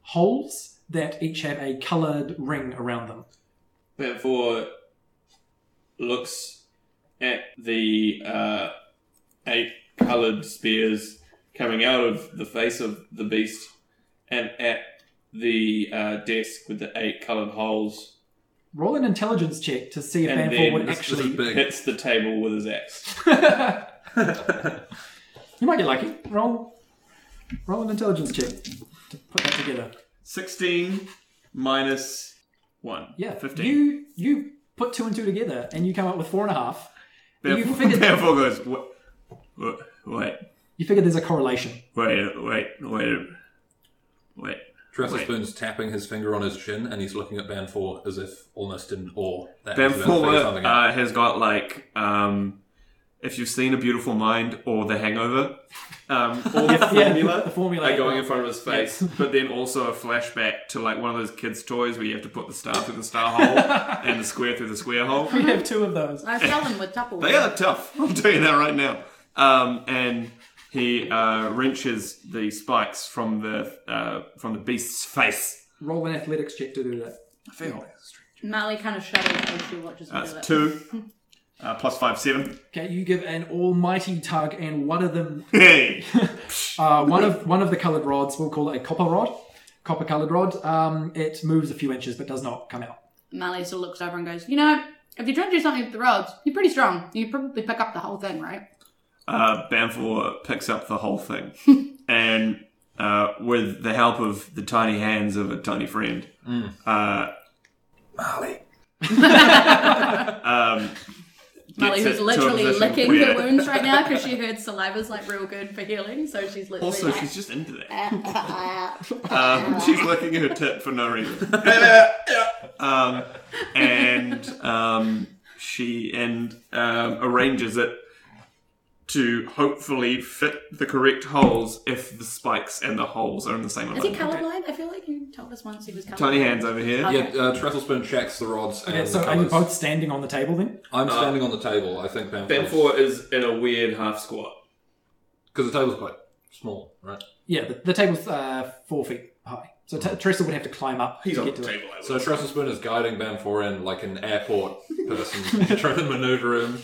holes that each have a coloured ring around them.
Bamfor looks at the uh, eight coloured spears coming out of the face of the beast and at the uh, desk with the eight coloured holes
Roll an intelligence check to see if
And
Banfor
then
would
this- this
This is
actually.
big.
hits the table with his axe.
you might get lucky. Roll, roll an intelligence check to put that together.
16 minus 1.
Yeah,
15.
you you put two and two together, and you come up with four and a half.
Bamfor,
You figured-
Bamfor goes, "Wha- wha- wait,
You figure there's a correlation.
wait, wait, wait, wait.
Trestlespoon's tapping his finger on his chin and he's looking at Banfor as if almost in awe. That he's about to figure
Bamfor
something out.
uh, has got like, um, if you've seen A Beautiful Mind or The Hangover, um, all the
Yeah,
formula
the formula.
are going in front of his face, but then also a flashback to like one of those kids' toys where you have to put the star through the star hole and the square through the square hole.
we have two of those.
I sell them with Tupperware.
They are tough. I'm telling you that right now. Um, and he uh, wrenches the spikes from the uh, from the beast's face.
Roll an athletics check to do that.
Marley kind of shudders as she watches me
That's
do it.
two uh, plus five, seven.
Okay, you give an almighty tug, and one of them
Hey,
Uh, one of one of the coloured rods, we'll call it a copper rod, copper coloured rod. Um, it moves a few inches but does not come out.
Marley still looks over and goes, "You know, if you're trying to do something with the rods, you're pretty strong. You could probably pick up the whole thing, right?"
uh, Bamfor picks up the whole thing, and uh, with the help of the tiny hands of a tiny friend, uh, Marley. um, gets
Marley, who's
it to a
literally
position
licking
where-
her wounds right now because she heard saliva's like real good for healing, so she's literally
Also,
like,
she's just into that.
"Ah, ah, ah."
Um, she's licking her tit for no reason. um, and um, she and um, arranges it to hopefully fit the correct holes if the spikes and the holes are in the same
Is he
alignment.
colorblind? I feel like you told us once he was colorblind.
Tiny hands over here.
Yeah, uh, Trestlespoon checks the rods and
Okay, so are you
colours.
both standing on the table then?
I'm standing on the table, I think Banfor.
Bamfor is in a weird half squat.
Because the table's quite small, right?
Yeah, the, the table's uh, four feet high, so t- Teresa would have to climb up
He's
to
on the
get to it.
table. I
So Trestlespoon is guiding Banfor in like an airport person, trying to maneuver him.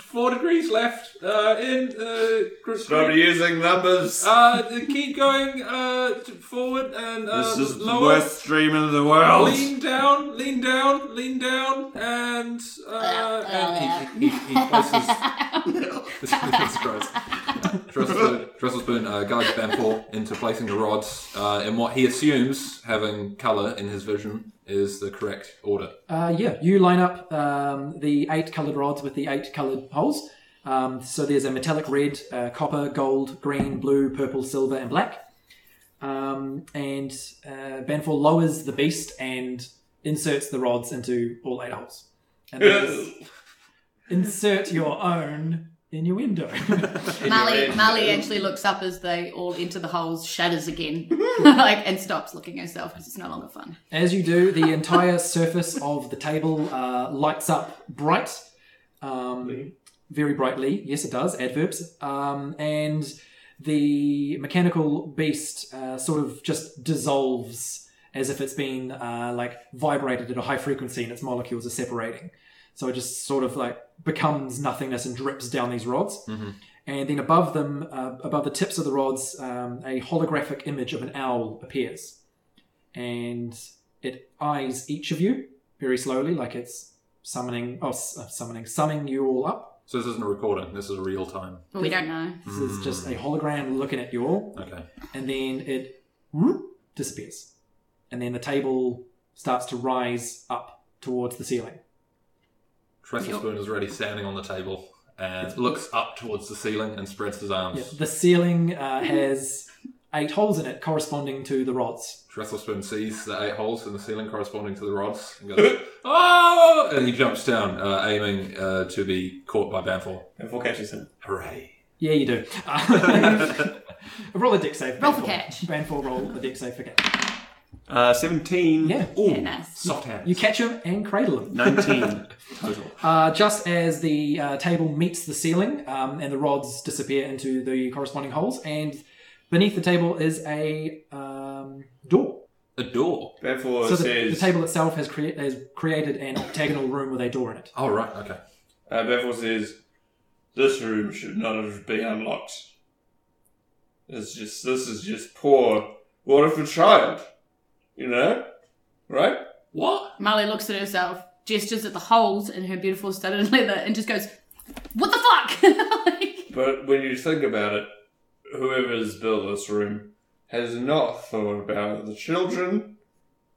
Four degrees left. Uh, in. Uh, gr-
Stop using numbers.
Ah,
uh, keep going uh, forward and uh,
This is the
lower.
worst dream in the world.
Lean down, lean down, lean down, and uh, and he, he, he, he places. Jesus Christ. Trestlespoon, Trestlespoon uh, guides Bamfor into placing the rods uh, in what he assumes, having colour in his vision, is the correct order.
Uh, yeah, you line up um, the eight coloured rods with the eight coloured holes. Um, so there's a metallic red, uh, copper, gold, green, blue, purple, silver, and black. Um, and uh, Banfor lowers the beast and inserts the rods into all eight holes. And that is- insert your own innuendo.
Mally, Mally actually looks up as they all enter the holes, shudders again, like and stops looking at herself because it's no longer fun.
As you do, the entire surface of the table uh, lights up bright, um, very brightly. Yes, it does. Adverbs. Um, and the mechanical beast uh, sort of just dissolves as if it's been uh, like vibrated at a high frequency and its molecules are separating. So it just sort of like becomes nothingness and drips down these rods.
Mm-hmm.
And then above them, uh, above the tips of the rods, um, a holographic image of an owl appears and it eyes each of you very slowly, like it's summoning, oh, s- uh, summoning, summing you all up.
So this isn't a recording. This is real time.
We don't know.
This is just a hologram looking at you all,
Okay.
and then it whoop, disappears, and then the table starts to rise up towards the ceiling.
Trestle Spoon is already standing on the table and looks up towards the ceiling and spreads his arms.
Yeah, the ceiling uh, has eight holes in it, corresponding to the rods.
Trestle Spoon sees the eight holes in the ceiling corresponding to the rods and goes, "Oh!" And he jumps down, uh, aiming uh, to be caught by Banfor.
Banfor catches him.
Hooray!
Yeah, you do. Uh, roll a deck save.
Roll for
Banfor.
catch.
Banfor, roll a deck save for catch.
Uh, 17.
Yeah.
Ooh,
Yeah, nice.
Soft hands.
You catch him and cradle him.
19 total.
Uh, just as the uh, table meets the ceiling um, and the rods disappear into the corresponding holes, and beneath the table is a um, door.
a door.
Banfor
so the, the
says,
table itself has, crea- has created an octagonal room with a door in it.
Oh right. Okay.
uh, Banfor says, this room should not have been unlocked.
It's just this is just poor water a child, you know, right?
What?
Mally looks at herself, gestures at the holes in her beautiful studded leather, and just goes, "What the fuck?" Like,
But when you think about it, whoever's built this room has not thought about the children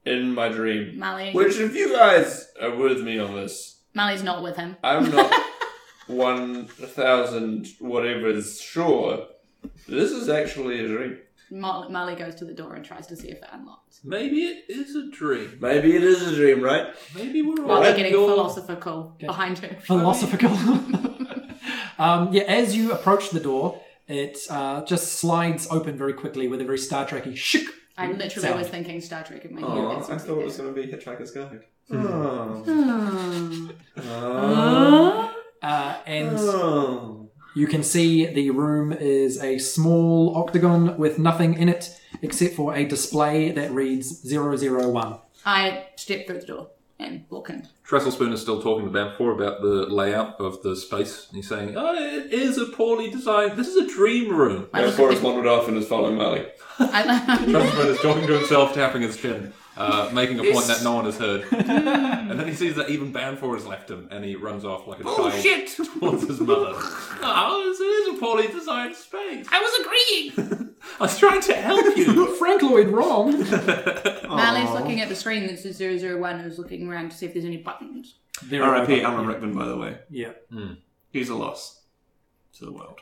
in my dream.
Mally,
Which, if you guys are with me on this,
Mally's not with him.
I'm not one thousand whatever's sure. This is actually a dream.
Mal- Mally goes to the door and tries to see if it unlocks.
Maybe it is a dream.
Maybe it is a dream, right?
Maybe we're all
Mally
at
getting
your-
philosophical behind her.
philosophical.
Oh.
um, yeah, as you approach the door, it uh, just slides open very quickly with a very Star Trekky shik.
I literally
Sound.
was thinking Star Trek in my
Oh,
head.
I thought it was going to be Hitchhiker's Guide. Oh.
Hmm.
Ah.
Uh, and
Oh.
You can see the room is a small octagon with nothing in it except for a display that reads 001.
I step through the door and walk in.
Trestle Spoon is still talking to Banfor about the layout of the space. He's saying, "Oh, it is a poorly designed. This is a dream room."
Banfor has wandered off and is following Marley.
I,
Trestle Spoon is talking to himself, tapping his chin, uh, making a point that no one has heard. and then he sees that even Banfor has left him, and he runs off like a
Oh,
Bullshit!
child towards his mother. oh, this is a poorly designed space. I was agreeing. I was trying to help you.
Frank Lloyd wrong!
Mally's looking at the screen that says 001 who's looking around to see if there's any buttons.
There are
R.I.P.
no-
Alan Rickman, by the way.
Yeah,
He's a loss to the world.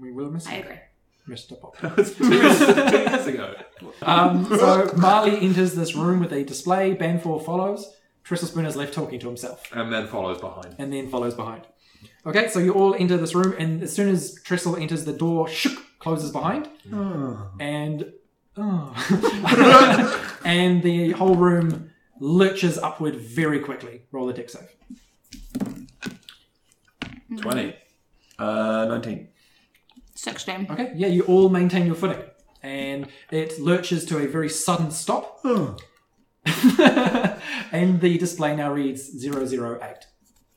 we will miss
I
you,
agree.
Mr. Pop.
two, years, two years ago.
Um, so Marley enters this room with a display, Banfor follows, Tristle Spoon is left talking to himself,
And then follows behind.
Mm-hmm.
and then follows behind. Okay, so you all enter this room, and as soon as Trestle enters the door, shook, closes behind, and oh. and the whole room lurches upward very quickly. Roll a deck save.
20.
Uh, 19.
16.
Okay, yeah, you all maintain your footing, and it lurches to a very sudden stop. and the display now reads 008.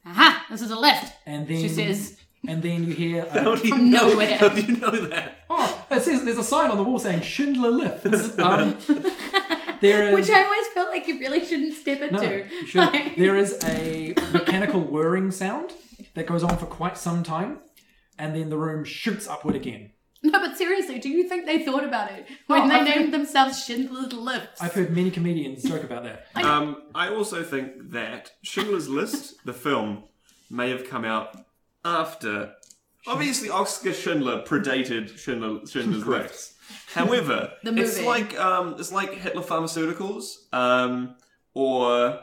Aha! This is a lift,
And then
she says,
and then Um, you hear uh,
from nowhere.
You know that.
oh, it says there's a sign on the wall saying Schindler lifts. Um, there is
Which I always felt like you really shouldn't step into.
No, you should. there is a mechanical whirring sound that goes on for quite some time, and then the room shoots upward again.
No, but seriously, do you think they thought about it when
Oh,
they
I think-
named themselves Schindler's Lifts?
I've heard many comedians joke about that.
Um, I also think that Schindler's List, the film, may have come out after
Obviously, Oscar Schindler predated Schindler, Schindler's
Correct.
List. However,
The
it's
movie.
like um, it's like Hitler Pharmaceuticals um, or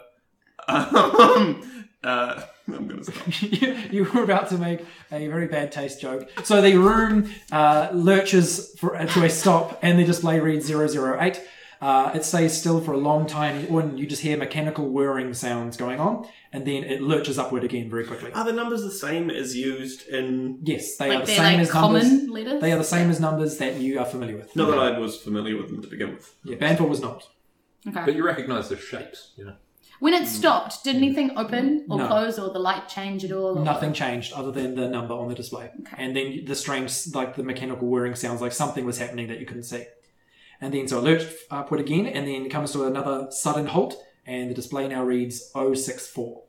um, uh, I'm gonna stop.
you you were about to make a very bad taste joke. So the room uh, lurches for, uh, to a stop, and the display reads 008. Uh, it stays still for a long time, and you just hear mechanical whirring sounds going on, and then it lurches upward again very quickly.
Are the numbers the same as used in?
Yes, they
Um, Like
are the
they're
same
like
as
common
numbers.
letters.
They are the same as numbers that you are familiar with.
Not that I was familiar with them to begin with.
Yeah, Banfor was not.
But
Okay.
you recognise the shapes, you know.
When it stopped, did anything open or
Mm. No.
close or the light change at all? or-
Nothing changed other than the number on the display. And then the strange, like the mechanical whirring sounds like something was happening that you couldn't see. And then so it lurched upward again, and then it comes to another sudden halt, and the display now reads 064.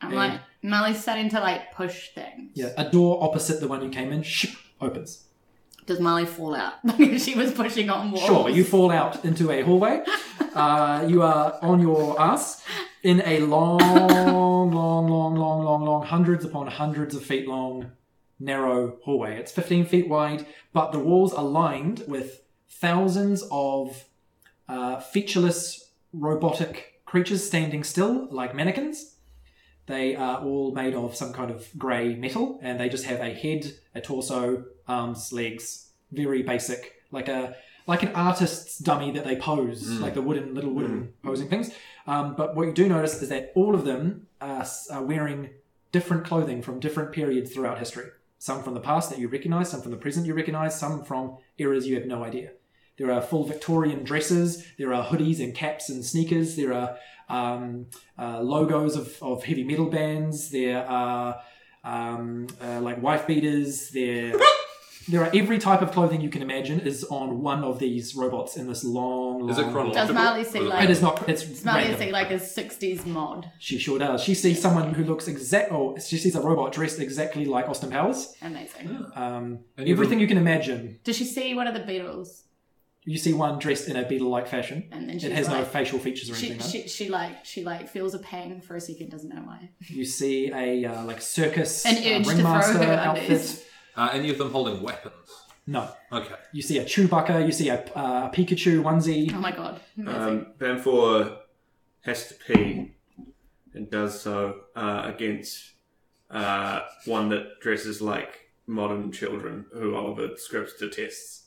I'm
Yeah.
like, Molly's starting to like push things.
Yeah, a door opposite the one you came in shh, opens.
Does Molly fall out? Because she was pushing on walls.
Sure, you fall out into a hallway. Uh, you are on your ass in a long, long, long, long, long, long, hundreds upon hundreds of feet long, narrow hallway. It's 15 feet wide, but the walls are lined with thousands of uh, featureless robotic creatures standing still, like mannequins. They are all made of some kind of grey metal, and they just have a head, a torso, arms, legs. Very basic, like a like an artist's dummy that they pose, like the wooden little wooden posing things. Um, but what you do notice is that all of them are, s- are wearing different clothing from different periods throughout history. Some from the past that you recognise, some from the present you recognise, some from eras you have no idea. There are full Victorian dresses, there are hoodies and caps and sneakers, there are um, uh, logos of, of heavy metal bands, there are um, uh, like wife beaters, there, there are every type of clothing you can imagine is on one of these robots in this long, long
Is it chronological?
Does Marley see
Or is it-
light?
It is not. It's
Does Molly
random.
see like a 60s mod?
She sure does. She sees someone who looks exact. Oh, she sees a robot dressed exactly like Austin Powers.
Amazing.
Um,
And you
everything you can imagine.
Does she see one of the Beatles?
You see one dressed in a beetle-like fashion.
And then she's
It has no
like,
facial features or
she,
anything. though.
she, she like she like feels a pang for a second, doesn't know why.
You see a uh, like circus
An
uh,
urge to throw
ringmaster
her undies.
outfit.
Uh, any of them holding weapons?
No,
Okay.
you see a Chewbacca. You see a uh, Pikachu onesie.
Oh my god. Amazing.
Um, Banfor has to pee and does so uh, against uh, one that dresses like modern children who Oliver Scripps detests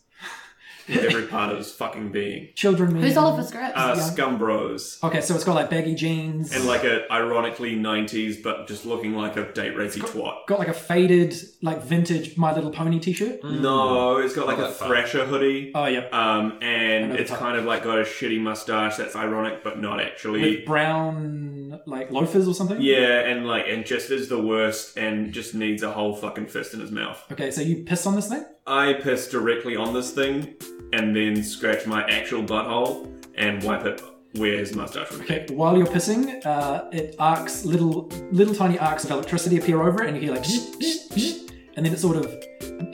with every part of his fucking being.
Children.
Who's
mean-
Oliver Scripps?
Uh, Scum Bros.
Okay, so it's got like baggy jeans.
And like a ironically 90s, but just looking like a date rapey twat.
got like a faded, like vintage My Little Pony T-shirt.
Mm. No, it's got like
Not
a
that fun.
Thrasher
Mm.
hoodie.
Oh yeah,
Um, and
Another
it's
type.
kind of like got a shitty mustache that's ironic, but not actually.
with brown like loafers or something.
Yeah, and like, and just is the worst, and just needs a whole fucking fist in his mouth.
Okay, so you piss on this thing.
I piss directly on this thing, and then scratch my actual butthole and wipe it where his mustache would be.
Okay, while you're pissing, uh, it arcs little little tiny arcs of electricity appear over it, and you hear like, zzz, zzz, zzz, and then it sort of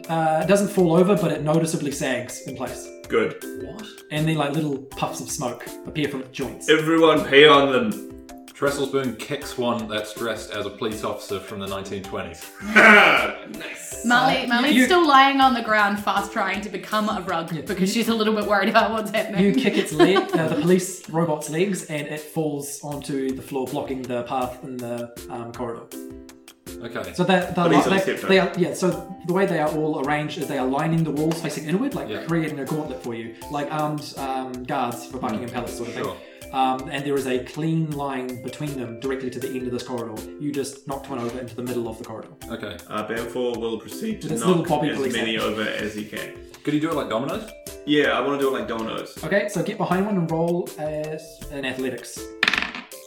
uh, it doesn't fall over, but it noticeably sags in place,
Good.
What?
and then like little puffs of smoke appear from its joints.
Everyone pee on them.
Tresselsboon kicks one that's dressed as a police officer from the 1920s.
Molly, Molly's
uh, you-
still lying on the ground, fast trying to become a rug because she's a little bit worried about what's happening.
You kick its leg, uh, the police robot's legs, and it falls onto the floor, blocking the path in the um, corridor.
Okay.
So they're, they're,
least
li-
it's
they,
acceptable.
they are, yeah. So the way they are all arranged is they are lining the walls facing inward, like
Yeah.
creating a gauntlet for you, like armed um, guards for Buckingham Palace sort of
Sure.
thing. Um, and there is a clean line between them, directly to the end of this corridor. You just knocked one over into the middle of the corridor.
Okay.
Uh, Bamfor will proceed to
That's little
knock
Bobby
as
Blake.
many over as he can.
Could you do it like dominoes?
Yeah, I want to do it like dominoes.
Okay, so get behind one and roll as an athletics.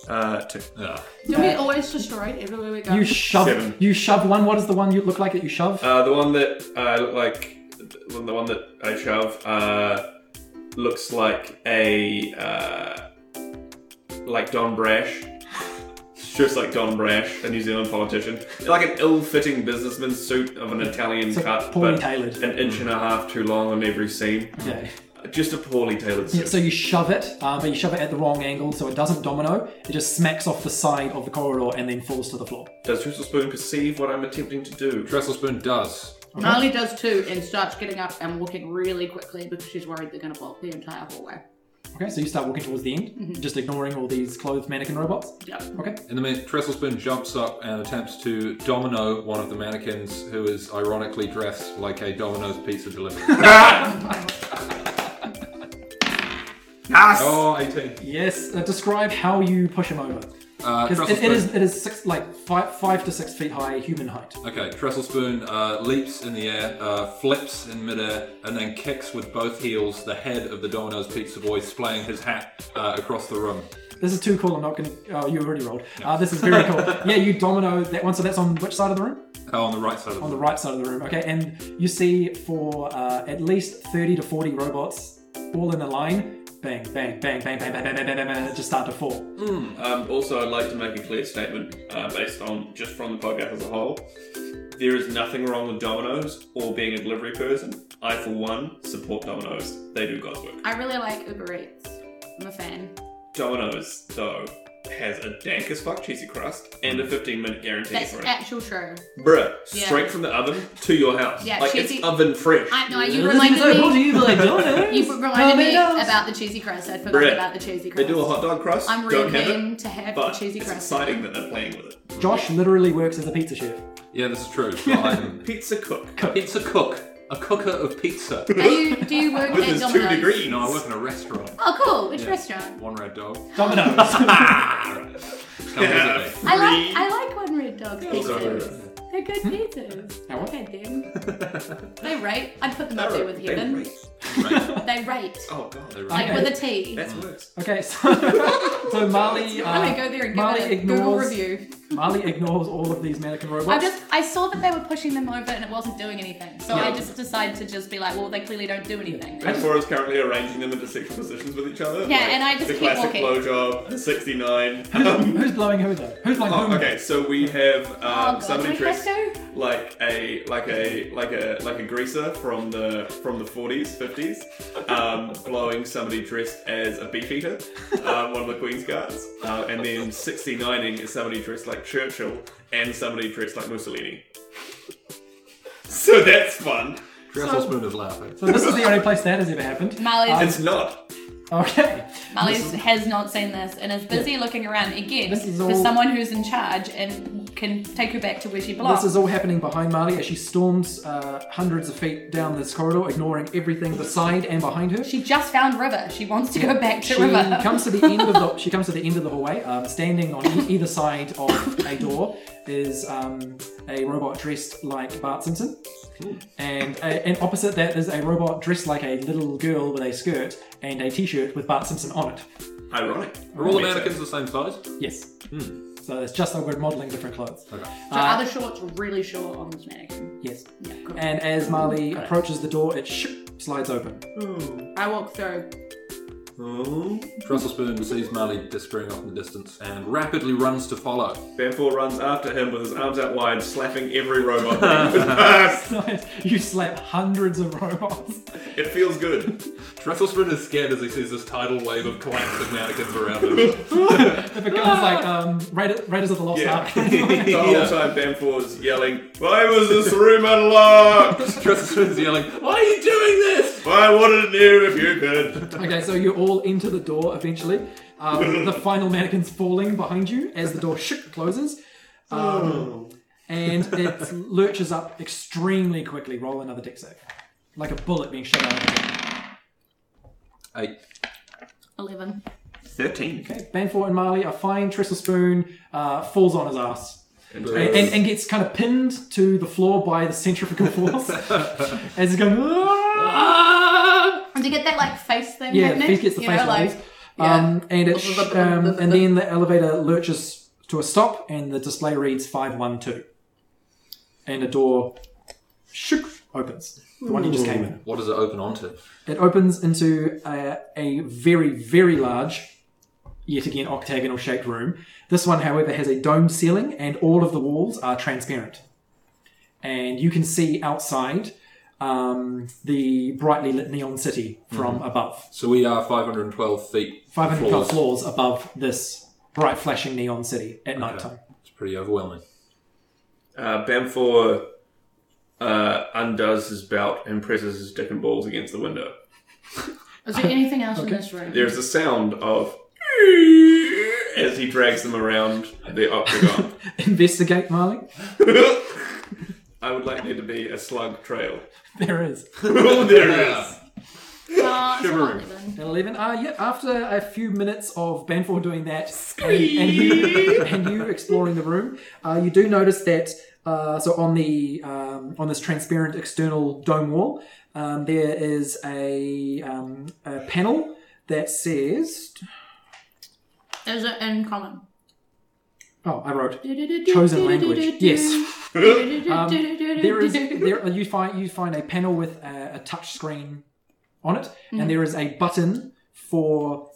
Uh, two.
Yeah.
Do we always destroy it everywhere we go?
uh, You shove.
Seven.
You shove one. What is the one you look like that you shove?
Uh, the one that uh, look like the one that I shove uh, looks like a uh, like Don Brash. It's Just like Don Brash, a New Zealand politician, like an ill-fitting businessman suit of an Italian
So
cut,
poorly
but
tailored.
an inch and a half too long on every seam.
okay.
Just a poorly tailored suit.
Yeah, so you shove it, uh, but you shove it at the wrong angle, so it doesn't domino. It just smacks off the side of the corridor and then falls to the floor.
Does Twistle Spoon perceive what I'm attempting to do?
Trestle Spoon does.
Marley does too and starts getting up and walking really quickly because she's worried they're going to block the entire hallway.
Okay, so you start walking towards the end,
Mm-hmm.
just ignoring all these clothed mannequin robots.
Yep.
Okay,
In the meantime, Trestle Spoon jumps up and attempts to domino one of the mannequins, who is ironically dressed like a Domino's pizza delivery.
Nice.
oh, 18.
yes. Uh, describe how you push him over.
Uh,
'Cause
Trestle
it, it
Spoon.
is it is six like five five to six feet high human height.
Okay, Trestle Spoon uh, leaps in the air, uh, flips in midair, and then kicks with both heels the head of the Domino's Pizza Boy, splaying his hat uh, across the room.
This is too cool. I'm not gonna. Oh, you already rolled. Uh, this is very cool. yeah, you domino that one. So that's on which side of the room?
Oh, on the right side of the
on the
room.
right side of the room. Okay, and you see for uh, at least 30 to 40 robots all in a line. Bang, bang, bang, bang, bang, bang, bang, bang, bang, bang, bang, and it just start to fall.
Um, also, I'd like to make a clear statement uh, based on just from the podcast as a whole. There is nothing wrong with Domino's or being a delivery person. I, for one, support Domino's. They do God's work.
I really like Uber Eats. I'm a fan.
Domino's, though, has a dank as fuck cheesy crust and a 15 minute guarantee
That's
for it.
actual true.
Bruh,
Yeah.
straight from the oven to your house.
Yeah,
like,
cheesy-
it's oven fresh.
I know you reminded me.
you Oh, like donuts?
You reminded me about the cheesy crust. I'd forgotten
Bread.
about the cheesy crust.
they do a hot dog crust.
I'm really
don't have it,
keen to have the
but
cheesy
it's
crust.
exciting that they're playing with it.
Josh literally works as a pizza chef.
Yeah, this is true. But I'm
Pizza cook.
pizza cook, a cooker of pizza.
Are you, do you work
With
at
his two
Domino's?
degrees.
No, I work in a restaurant.
Oh, cool. Which
Yeah.
restaurant?
One red dog.
Dominoes.
Come
Yeah.
visit me.
I like I like One Red Dog's pizzas.
Sorry.
They're good pizzas.
Now what?
Okay, then. they rate. I'd put them up there with
They
Heaven.
race.
Right.
They rate.
Oh god.
They really-
Like with a T.
That's worse.
okay, so, so Marley,
I'm gonna
uh,
go there and
Marley
give it a Google
ignores-
review.
Marley ignores all of these mannequin robots.
I just I saw that they were pushing them over and it wasn't doing anything, so I just decided to just be like, well, they clearly don't do anything.
Therefore, is currently arranging them into sexual positions with each other.
Yeah, and I just
the
keep
classic
walking.
blowjob, the 69.
Who's- Who's blowing who though? Who's blowing
Oh,
who?
okay, so we have um,
Oh, God,
somebody
my
dressed
presto.
like a like a like a like a greaser from the from the 40s, 50s, um, blowing somebody dressed as a beefeater, um, one of the Queen's Guards, uh, and then 69ing is somebody dressed like Churchill and somebody dressed like Mussolini. So that's fun.
Trestle Spoon is laughing.
So this is the only place that has ever happened.
Molly's,
It's not.
Okay.
Molly's has not seen this and is busy looking around again
This is
for
all-
someone who's in charge and can take her back to where she belongs.
This is all happening behind Marley as she storms uh, hundreds of feet down this corridor, ignoring everything beside and behind her.
She just found River. She wants to go back to
She
River.
comes to the end of the she comes to the end of the hallway. Um, standing on e- either side of a door is um, a robot dressed like Bart Simpson, and a, and opposite that is a robot dressed like a little girl with a skirt and a T-shirt with Bart Simpson on it.
Ironic.
Are all the mannequins the same size?
Yes. So it's just like we're modelling different clothes.
so are the shorts really short on this mannequin?
Yes.
Yeah, cool.
And as Marley approaches the door, it sh- slides open.
I walk through.
Hmm?
Trestle Spoon sees Marley disappearing off in the distance and rapidly runs to follow.
Bamfor runs after him with his arms out wide, slapping every robot.
you slap hundreds of robots.
it feels good.
Trestle Spoon is scared as he sees this tidal wave of collapsing mannequins around him.
It becomes like um, Raid- Raiders of the Lost
Yeah.
Ark.
The whole time Bamfor's yelling, Why was this room unlocked?
Trestle Spoon's yelling, Why are you doing this?
I wanted to know if you could.
okay, so you all enter the door eventually. Um, the final mannequin's falling behind you as the door shh, closes. Um, and it lurches up extremely quickly. Roll another deck save. Like a bullet being shot out of a gun.
Eight.
Eleven.
13.
Okay, Banfor and Marley are fine. Trestle Spoon uh, falls on his ass. and, and, and gets kind of pinned to the floor by the centrifugal force as he's going. "Ah!"
And to get that like face thing
Yeah,
happening,
face gets the
you
face
know, like
rolls. Um, and it sh- um, and then the elevator lurches to a stop, and the display reads five one two, and a door shook opens. The one you just came in.
What does it open onto?
It opens into a, a very very large, yet again octagonal shaped room. This one, however, has a domed ceiling, and all of the walls are transparent, and you can see outside um, the brightly lit neon city from above.
So we are 512 feet.
500
floors.
floors. floors above this bright flashing neon city at night nighttime.
It's pretty overwhelming.
Uh, Bamfor uh, undoes his belt and presses his dick and balls against the window.
Is there anything else in this room?
There's a sound of as he drags them around the octagon.
Investigate, Marley.
I would like there to be a slug trail.
There is.
oh, there it is.
Uh, it's not even.
11. Uh, yeah, after a few minutes of Banfor doing that and, and you, and you exploring the room, uh, you do notice that uh, so on the um, on this transparent external dome wall, um, there is a, um, a panel that says,
There's it in common?
oh, I wrote chosen language. Yes. Um, there is there you find you find a panel with a, a touch screen on it, and there is a button for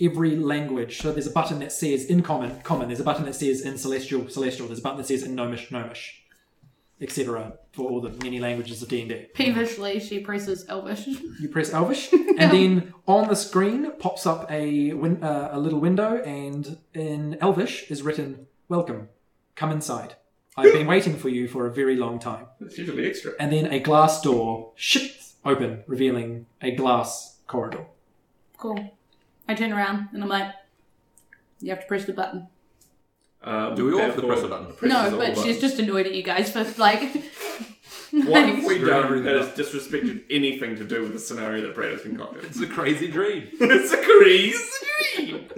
every language. So there's a button that says in common, common. There's a button that says in celestial, celestial. There's a button that says in gnomish, gnomish, etc. For all the many languages of D and D.
Peevishly, she presses Elvish.
You press Elvish, and then on the screen pops up a win- uh, a little window, and in Elvish is written "Welcome, come inside." I've been waiting for you for a very long time
It's usually extra.
and then a glass door shits open, revealing a glass corridor.
Cool. I turn around and I'm like, you have to press the button.
Um,
Do we all have to
Bamfor
press the button?
presses all
no,
the
but she's
buttons.
just annoyed at you guys for like.
What have we
Screw
done
everything
that has
up.
disrespected anything to do with the scenario that Brad has concocted?
It's a crazy dream.
it's a crazy dream!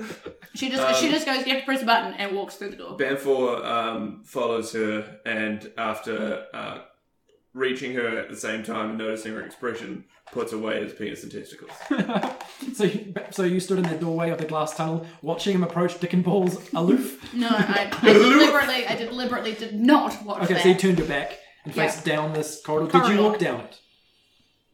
She just
um,
she just goes, you have to press a button and walks through the door.
Banfor um, follows her, and after uh, reaching her at the same time and noticing her expression, puts away his penis and testicles.
So, you, so you stood in the doorway of the glass tunnel, watching him approach Dick and Balls aloof.
No, I, I deliberately I deliberately did not watch
Okay,
that.
so you turned your back and faced down this corridor. Did
Corridor.
you look down it?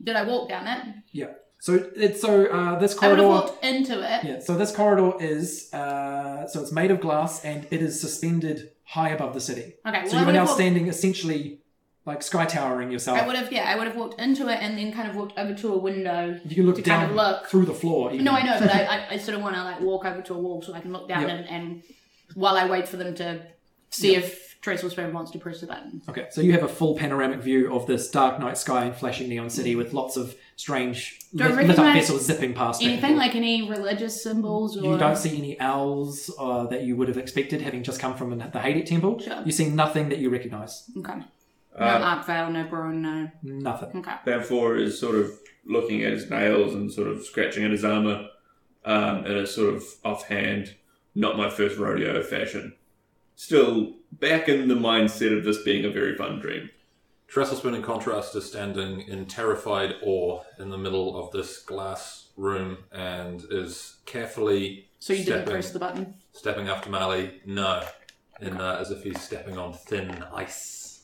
Did I walk down it?
Yeah. So it's so uh, this
I would
corridor.
have walked into it.
Yeah, so this corridor is uh, so it's made of glass and it is suspended high above the city.
Okay, well,
so
I
you are
would
now
have walked-
standing essentially like sky towering yourself.
I would have yeah, I would have walked into it and then kind of walked over to a window.
you can
to
look down
kind of look.
through the floor. Even.
No, I know, but I, I, I sort of want to like walk over to a wall so I can look down
Yeah.
and, and while I wait for them to see if Trace Whisperin wants to press the button.
Okay, so you have a full panoramic view of this dark night sky and flashing neon city with lots of strange
Do I
lit, lit up
recognize
vessels zipping past. back and
Anything
forth.
like any religious symbols or
you don't see any owls uh, that you would have expected, having just come from the Hated Temple.
Sure.
You see nothing that you recognize.
Okay.
Uh,
No art veil, no broom, no.
Nothing.
Okay.
Banfor is sort of looking at his nails and sort of scratching at his armor um, in a sort of offhand, not my first rodeo fashion. Still back in the mindset of this being a very fun dream.
Trestlespin, in contrast, is standing in terrified awe in the middle of this glass room and is carefully
So you didn't
stepping-
press the button.
stepping after Mali. No, in uh, as if he's stepping on thin ice.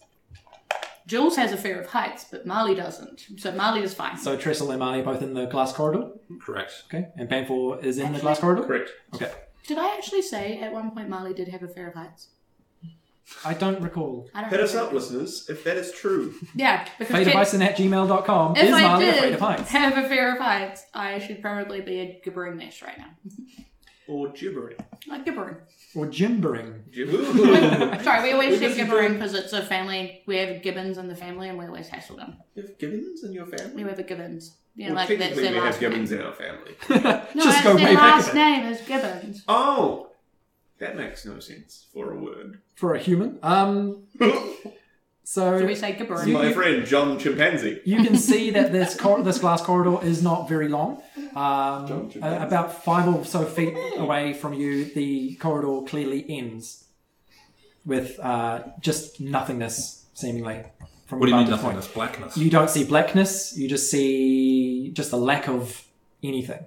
Jules has a fear of heights, but Marley doesn't. So Marley is fine.
So Trestle and Marley are both in the glass corridor.
Correct.
Okay, and Banfor is in the glass corridor.
Correct.
Okay,
Did I actually say at one point Marley did have a fear of heights?
I don't recall.
I don't
Hit us
remember.
up, listeners, if that is true.
Yeah, because Ken-
Faderbison at gmail.com
if
is
I
Marley
did
afraid of heights?
have a fear of heights, I should probably be a gibbering mess right now.
Or gibbering.
Like gibbering.
Or gimbering.
Gibbering.
Sorry, we always
Because
say
you
gibbering
don't-
because it's a family. We have gibbons in the family, and we always hassle them.
you have gibbons in your family?
We have a gibbons. You know,
Well,
like that's
technically,
their
we have
last name.
gibbons in our family.
No,
Just
that's
go
their
way back.
last name is gibbons.
Oh, that makes no sense for a word.
For a human. Um. So,
So we say gibbering.
My friend John Chimpanzee.
you can see that this cor- this glass corridor is not very long. Um, a- about five or so feet away from you, the corridor clearly ends with uh, just nothingness, seemingly. From
What do you mean
above
nothing?
the
That's blackness.
You don't see blackness. You just see just the lack of anything.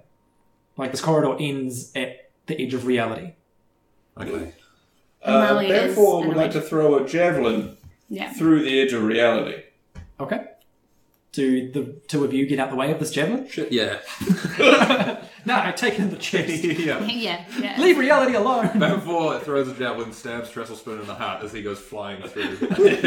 Like this corridor ends at the edge of reality.
Okay.
Uh, Molly is
therefore, I would
annoyed.
like to throw a javelin
yeah.
through the edge of reality.
Okay. Do the two of you get out the way of this javelin?
Shit, yeah.
No, I take it in the chest.
yeah.
yeah, yeah.
Leave reality alone.
Before it throws a javelin, stabs Trestlespin in the heart as he goes flying through.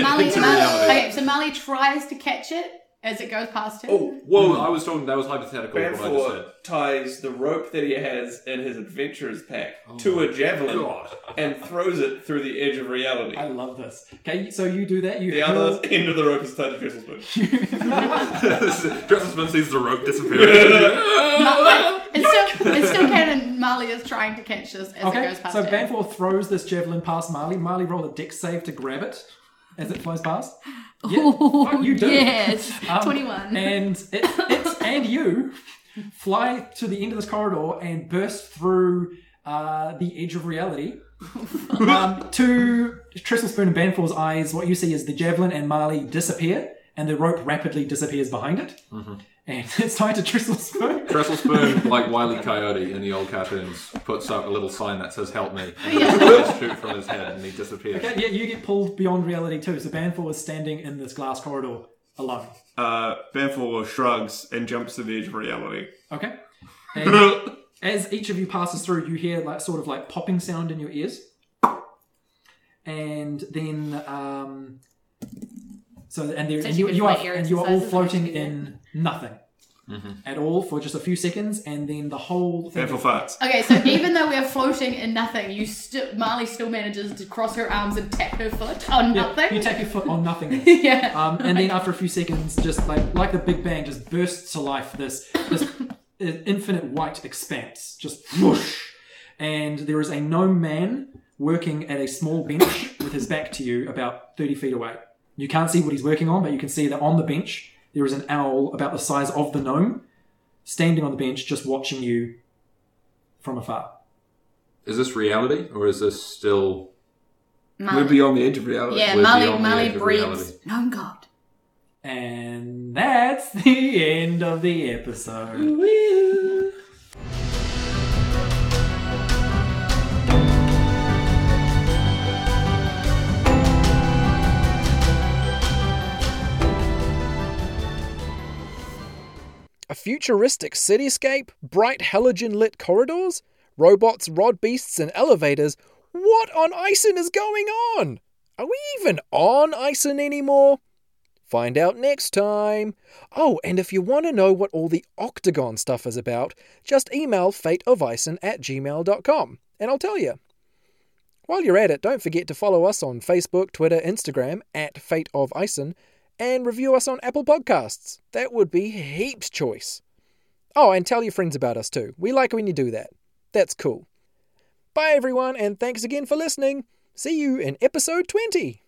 Mally,
Into
Mally,
reality.
okay, so Mally tries to catch it, as it goes past him.
Oh,
Whoa, I was talking. That was hypothetical. What I just said.
Banfor ties the rope that he has in his adventurer's pack to a javelin
Oh God.
and throws it through the edge of reality.
I love this. Okay, so you do that. You
The
hurl-
other end of the rope is tied to Dresselsman.
Dresselsman sees the rope disappear.
Ma- it's still it's still canon. Marley is trying to catch this as it
Okay,
goes past
so
him.
Banfor throws this javelin past Marley. Marley roll a dex save to grab it as it flies past.
Ooh,
fuck, you do.
Yes,
Um,
twenty-one.
And it, it and you fly to the end of this corridor and burst through uh, the edge of reality. um, to Trestlespoon and Banfor's eyes, what you see is the javelin and Marley disappear, and the rope rapidly disappears behind it.
Mm-hmm.
And it's tied to Trestlespoon.
Dresselspoon, like Wile E. Coyote in the old cartoons, puts up a little sign that says "Help me." And
Yeah.
just shoot from his head, and he disappears.
yeah, yeah, you get pulled beyond reality too. So Banfor is standing in this glass corridor alone.
Uh, Banfor shrugs and jumps to the edge of reality.
Okay. And as each of you passes through, you hear like sort of like popping sound in your ears, and then um, so and there
So
and
she
you,
could
you are
play air
and you are all
exercises, like she
floating
did.
in nothing at all for just a few seconds, and then the whole thing.
Mm-hmm. Banfor farts.
Okay, so even though we're floating in nothing, you still Marley still manages to cross her arms and tap her foot on
Yeah,
nothing.
You tap your foot on nothing.
yeah.
Um, and then after a few seconds, just like like the Big Bang, just bursts to life. This this infinite white expanse, just whoosh, and there is a gnome man working at a small bench with his back to you, about thirty feet away. You can't see what he's working on, but you can see that on the bench there is an owl about the size of the gnome, standing on the bench, just watching you from afar.
Is this reality, or is this still?
We're
Marley,
beyond the edge of reality.
yeah,
we're
Marley,
beyond the
Marley
edge of
breathes.
reality.
No God.
And that's the end of the episode.
A futuristic cityscape, bright halogen lit corridors, robots, rod beasts, and elevators. What on Ison is going on? Are we even on Ison anymore? Find out next time. Oh, and if you want to know what all the Octagon stuff is about, just email fateofison at gmail.com and I'll tell you. While you're at it, don't forget to follow us on Facebook, Twitter, Instagram at Fate of Ison, and review us on Apple Podcasts. That would be heaps choice. Oh, and tell your friends about us too. We like when you do that. That's cool. Bye everyone, and thanks again for listening. See you in episode 20.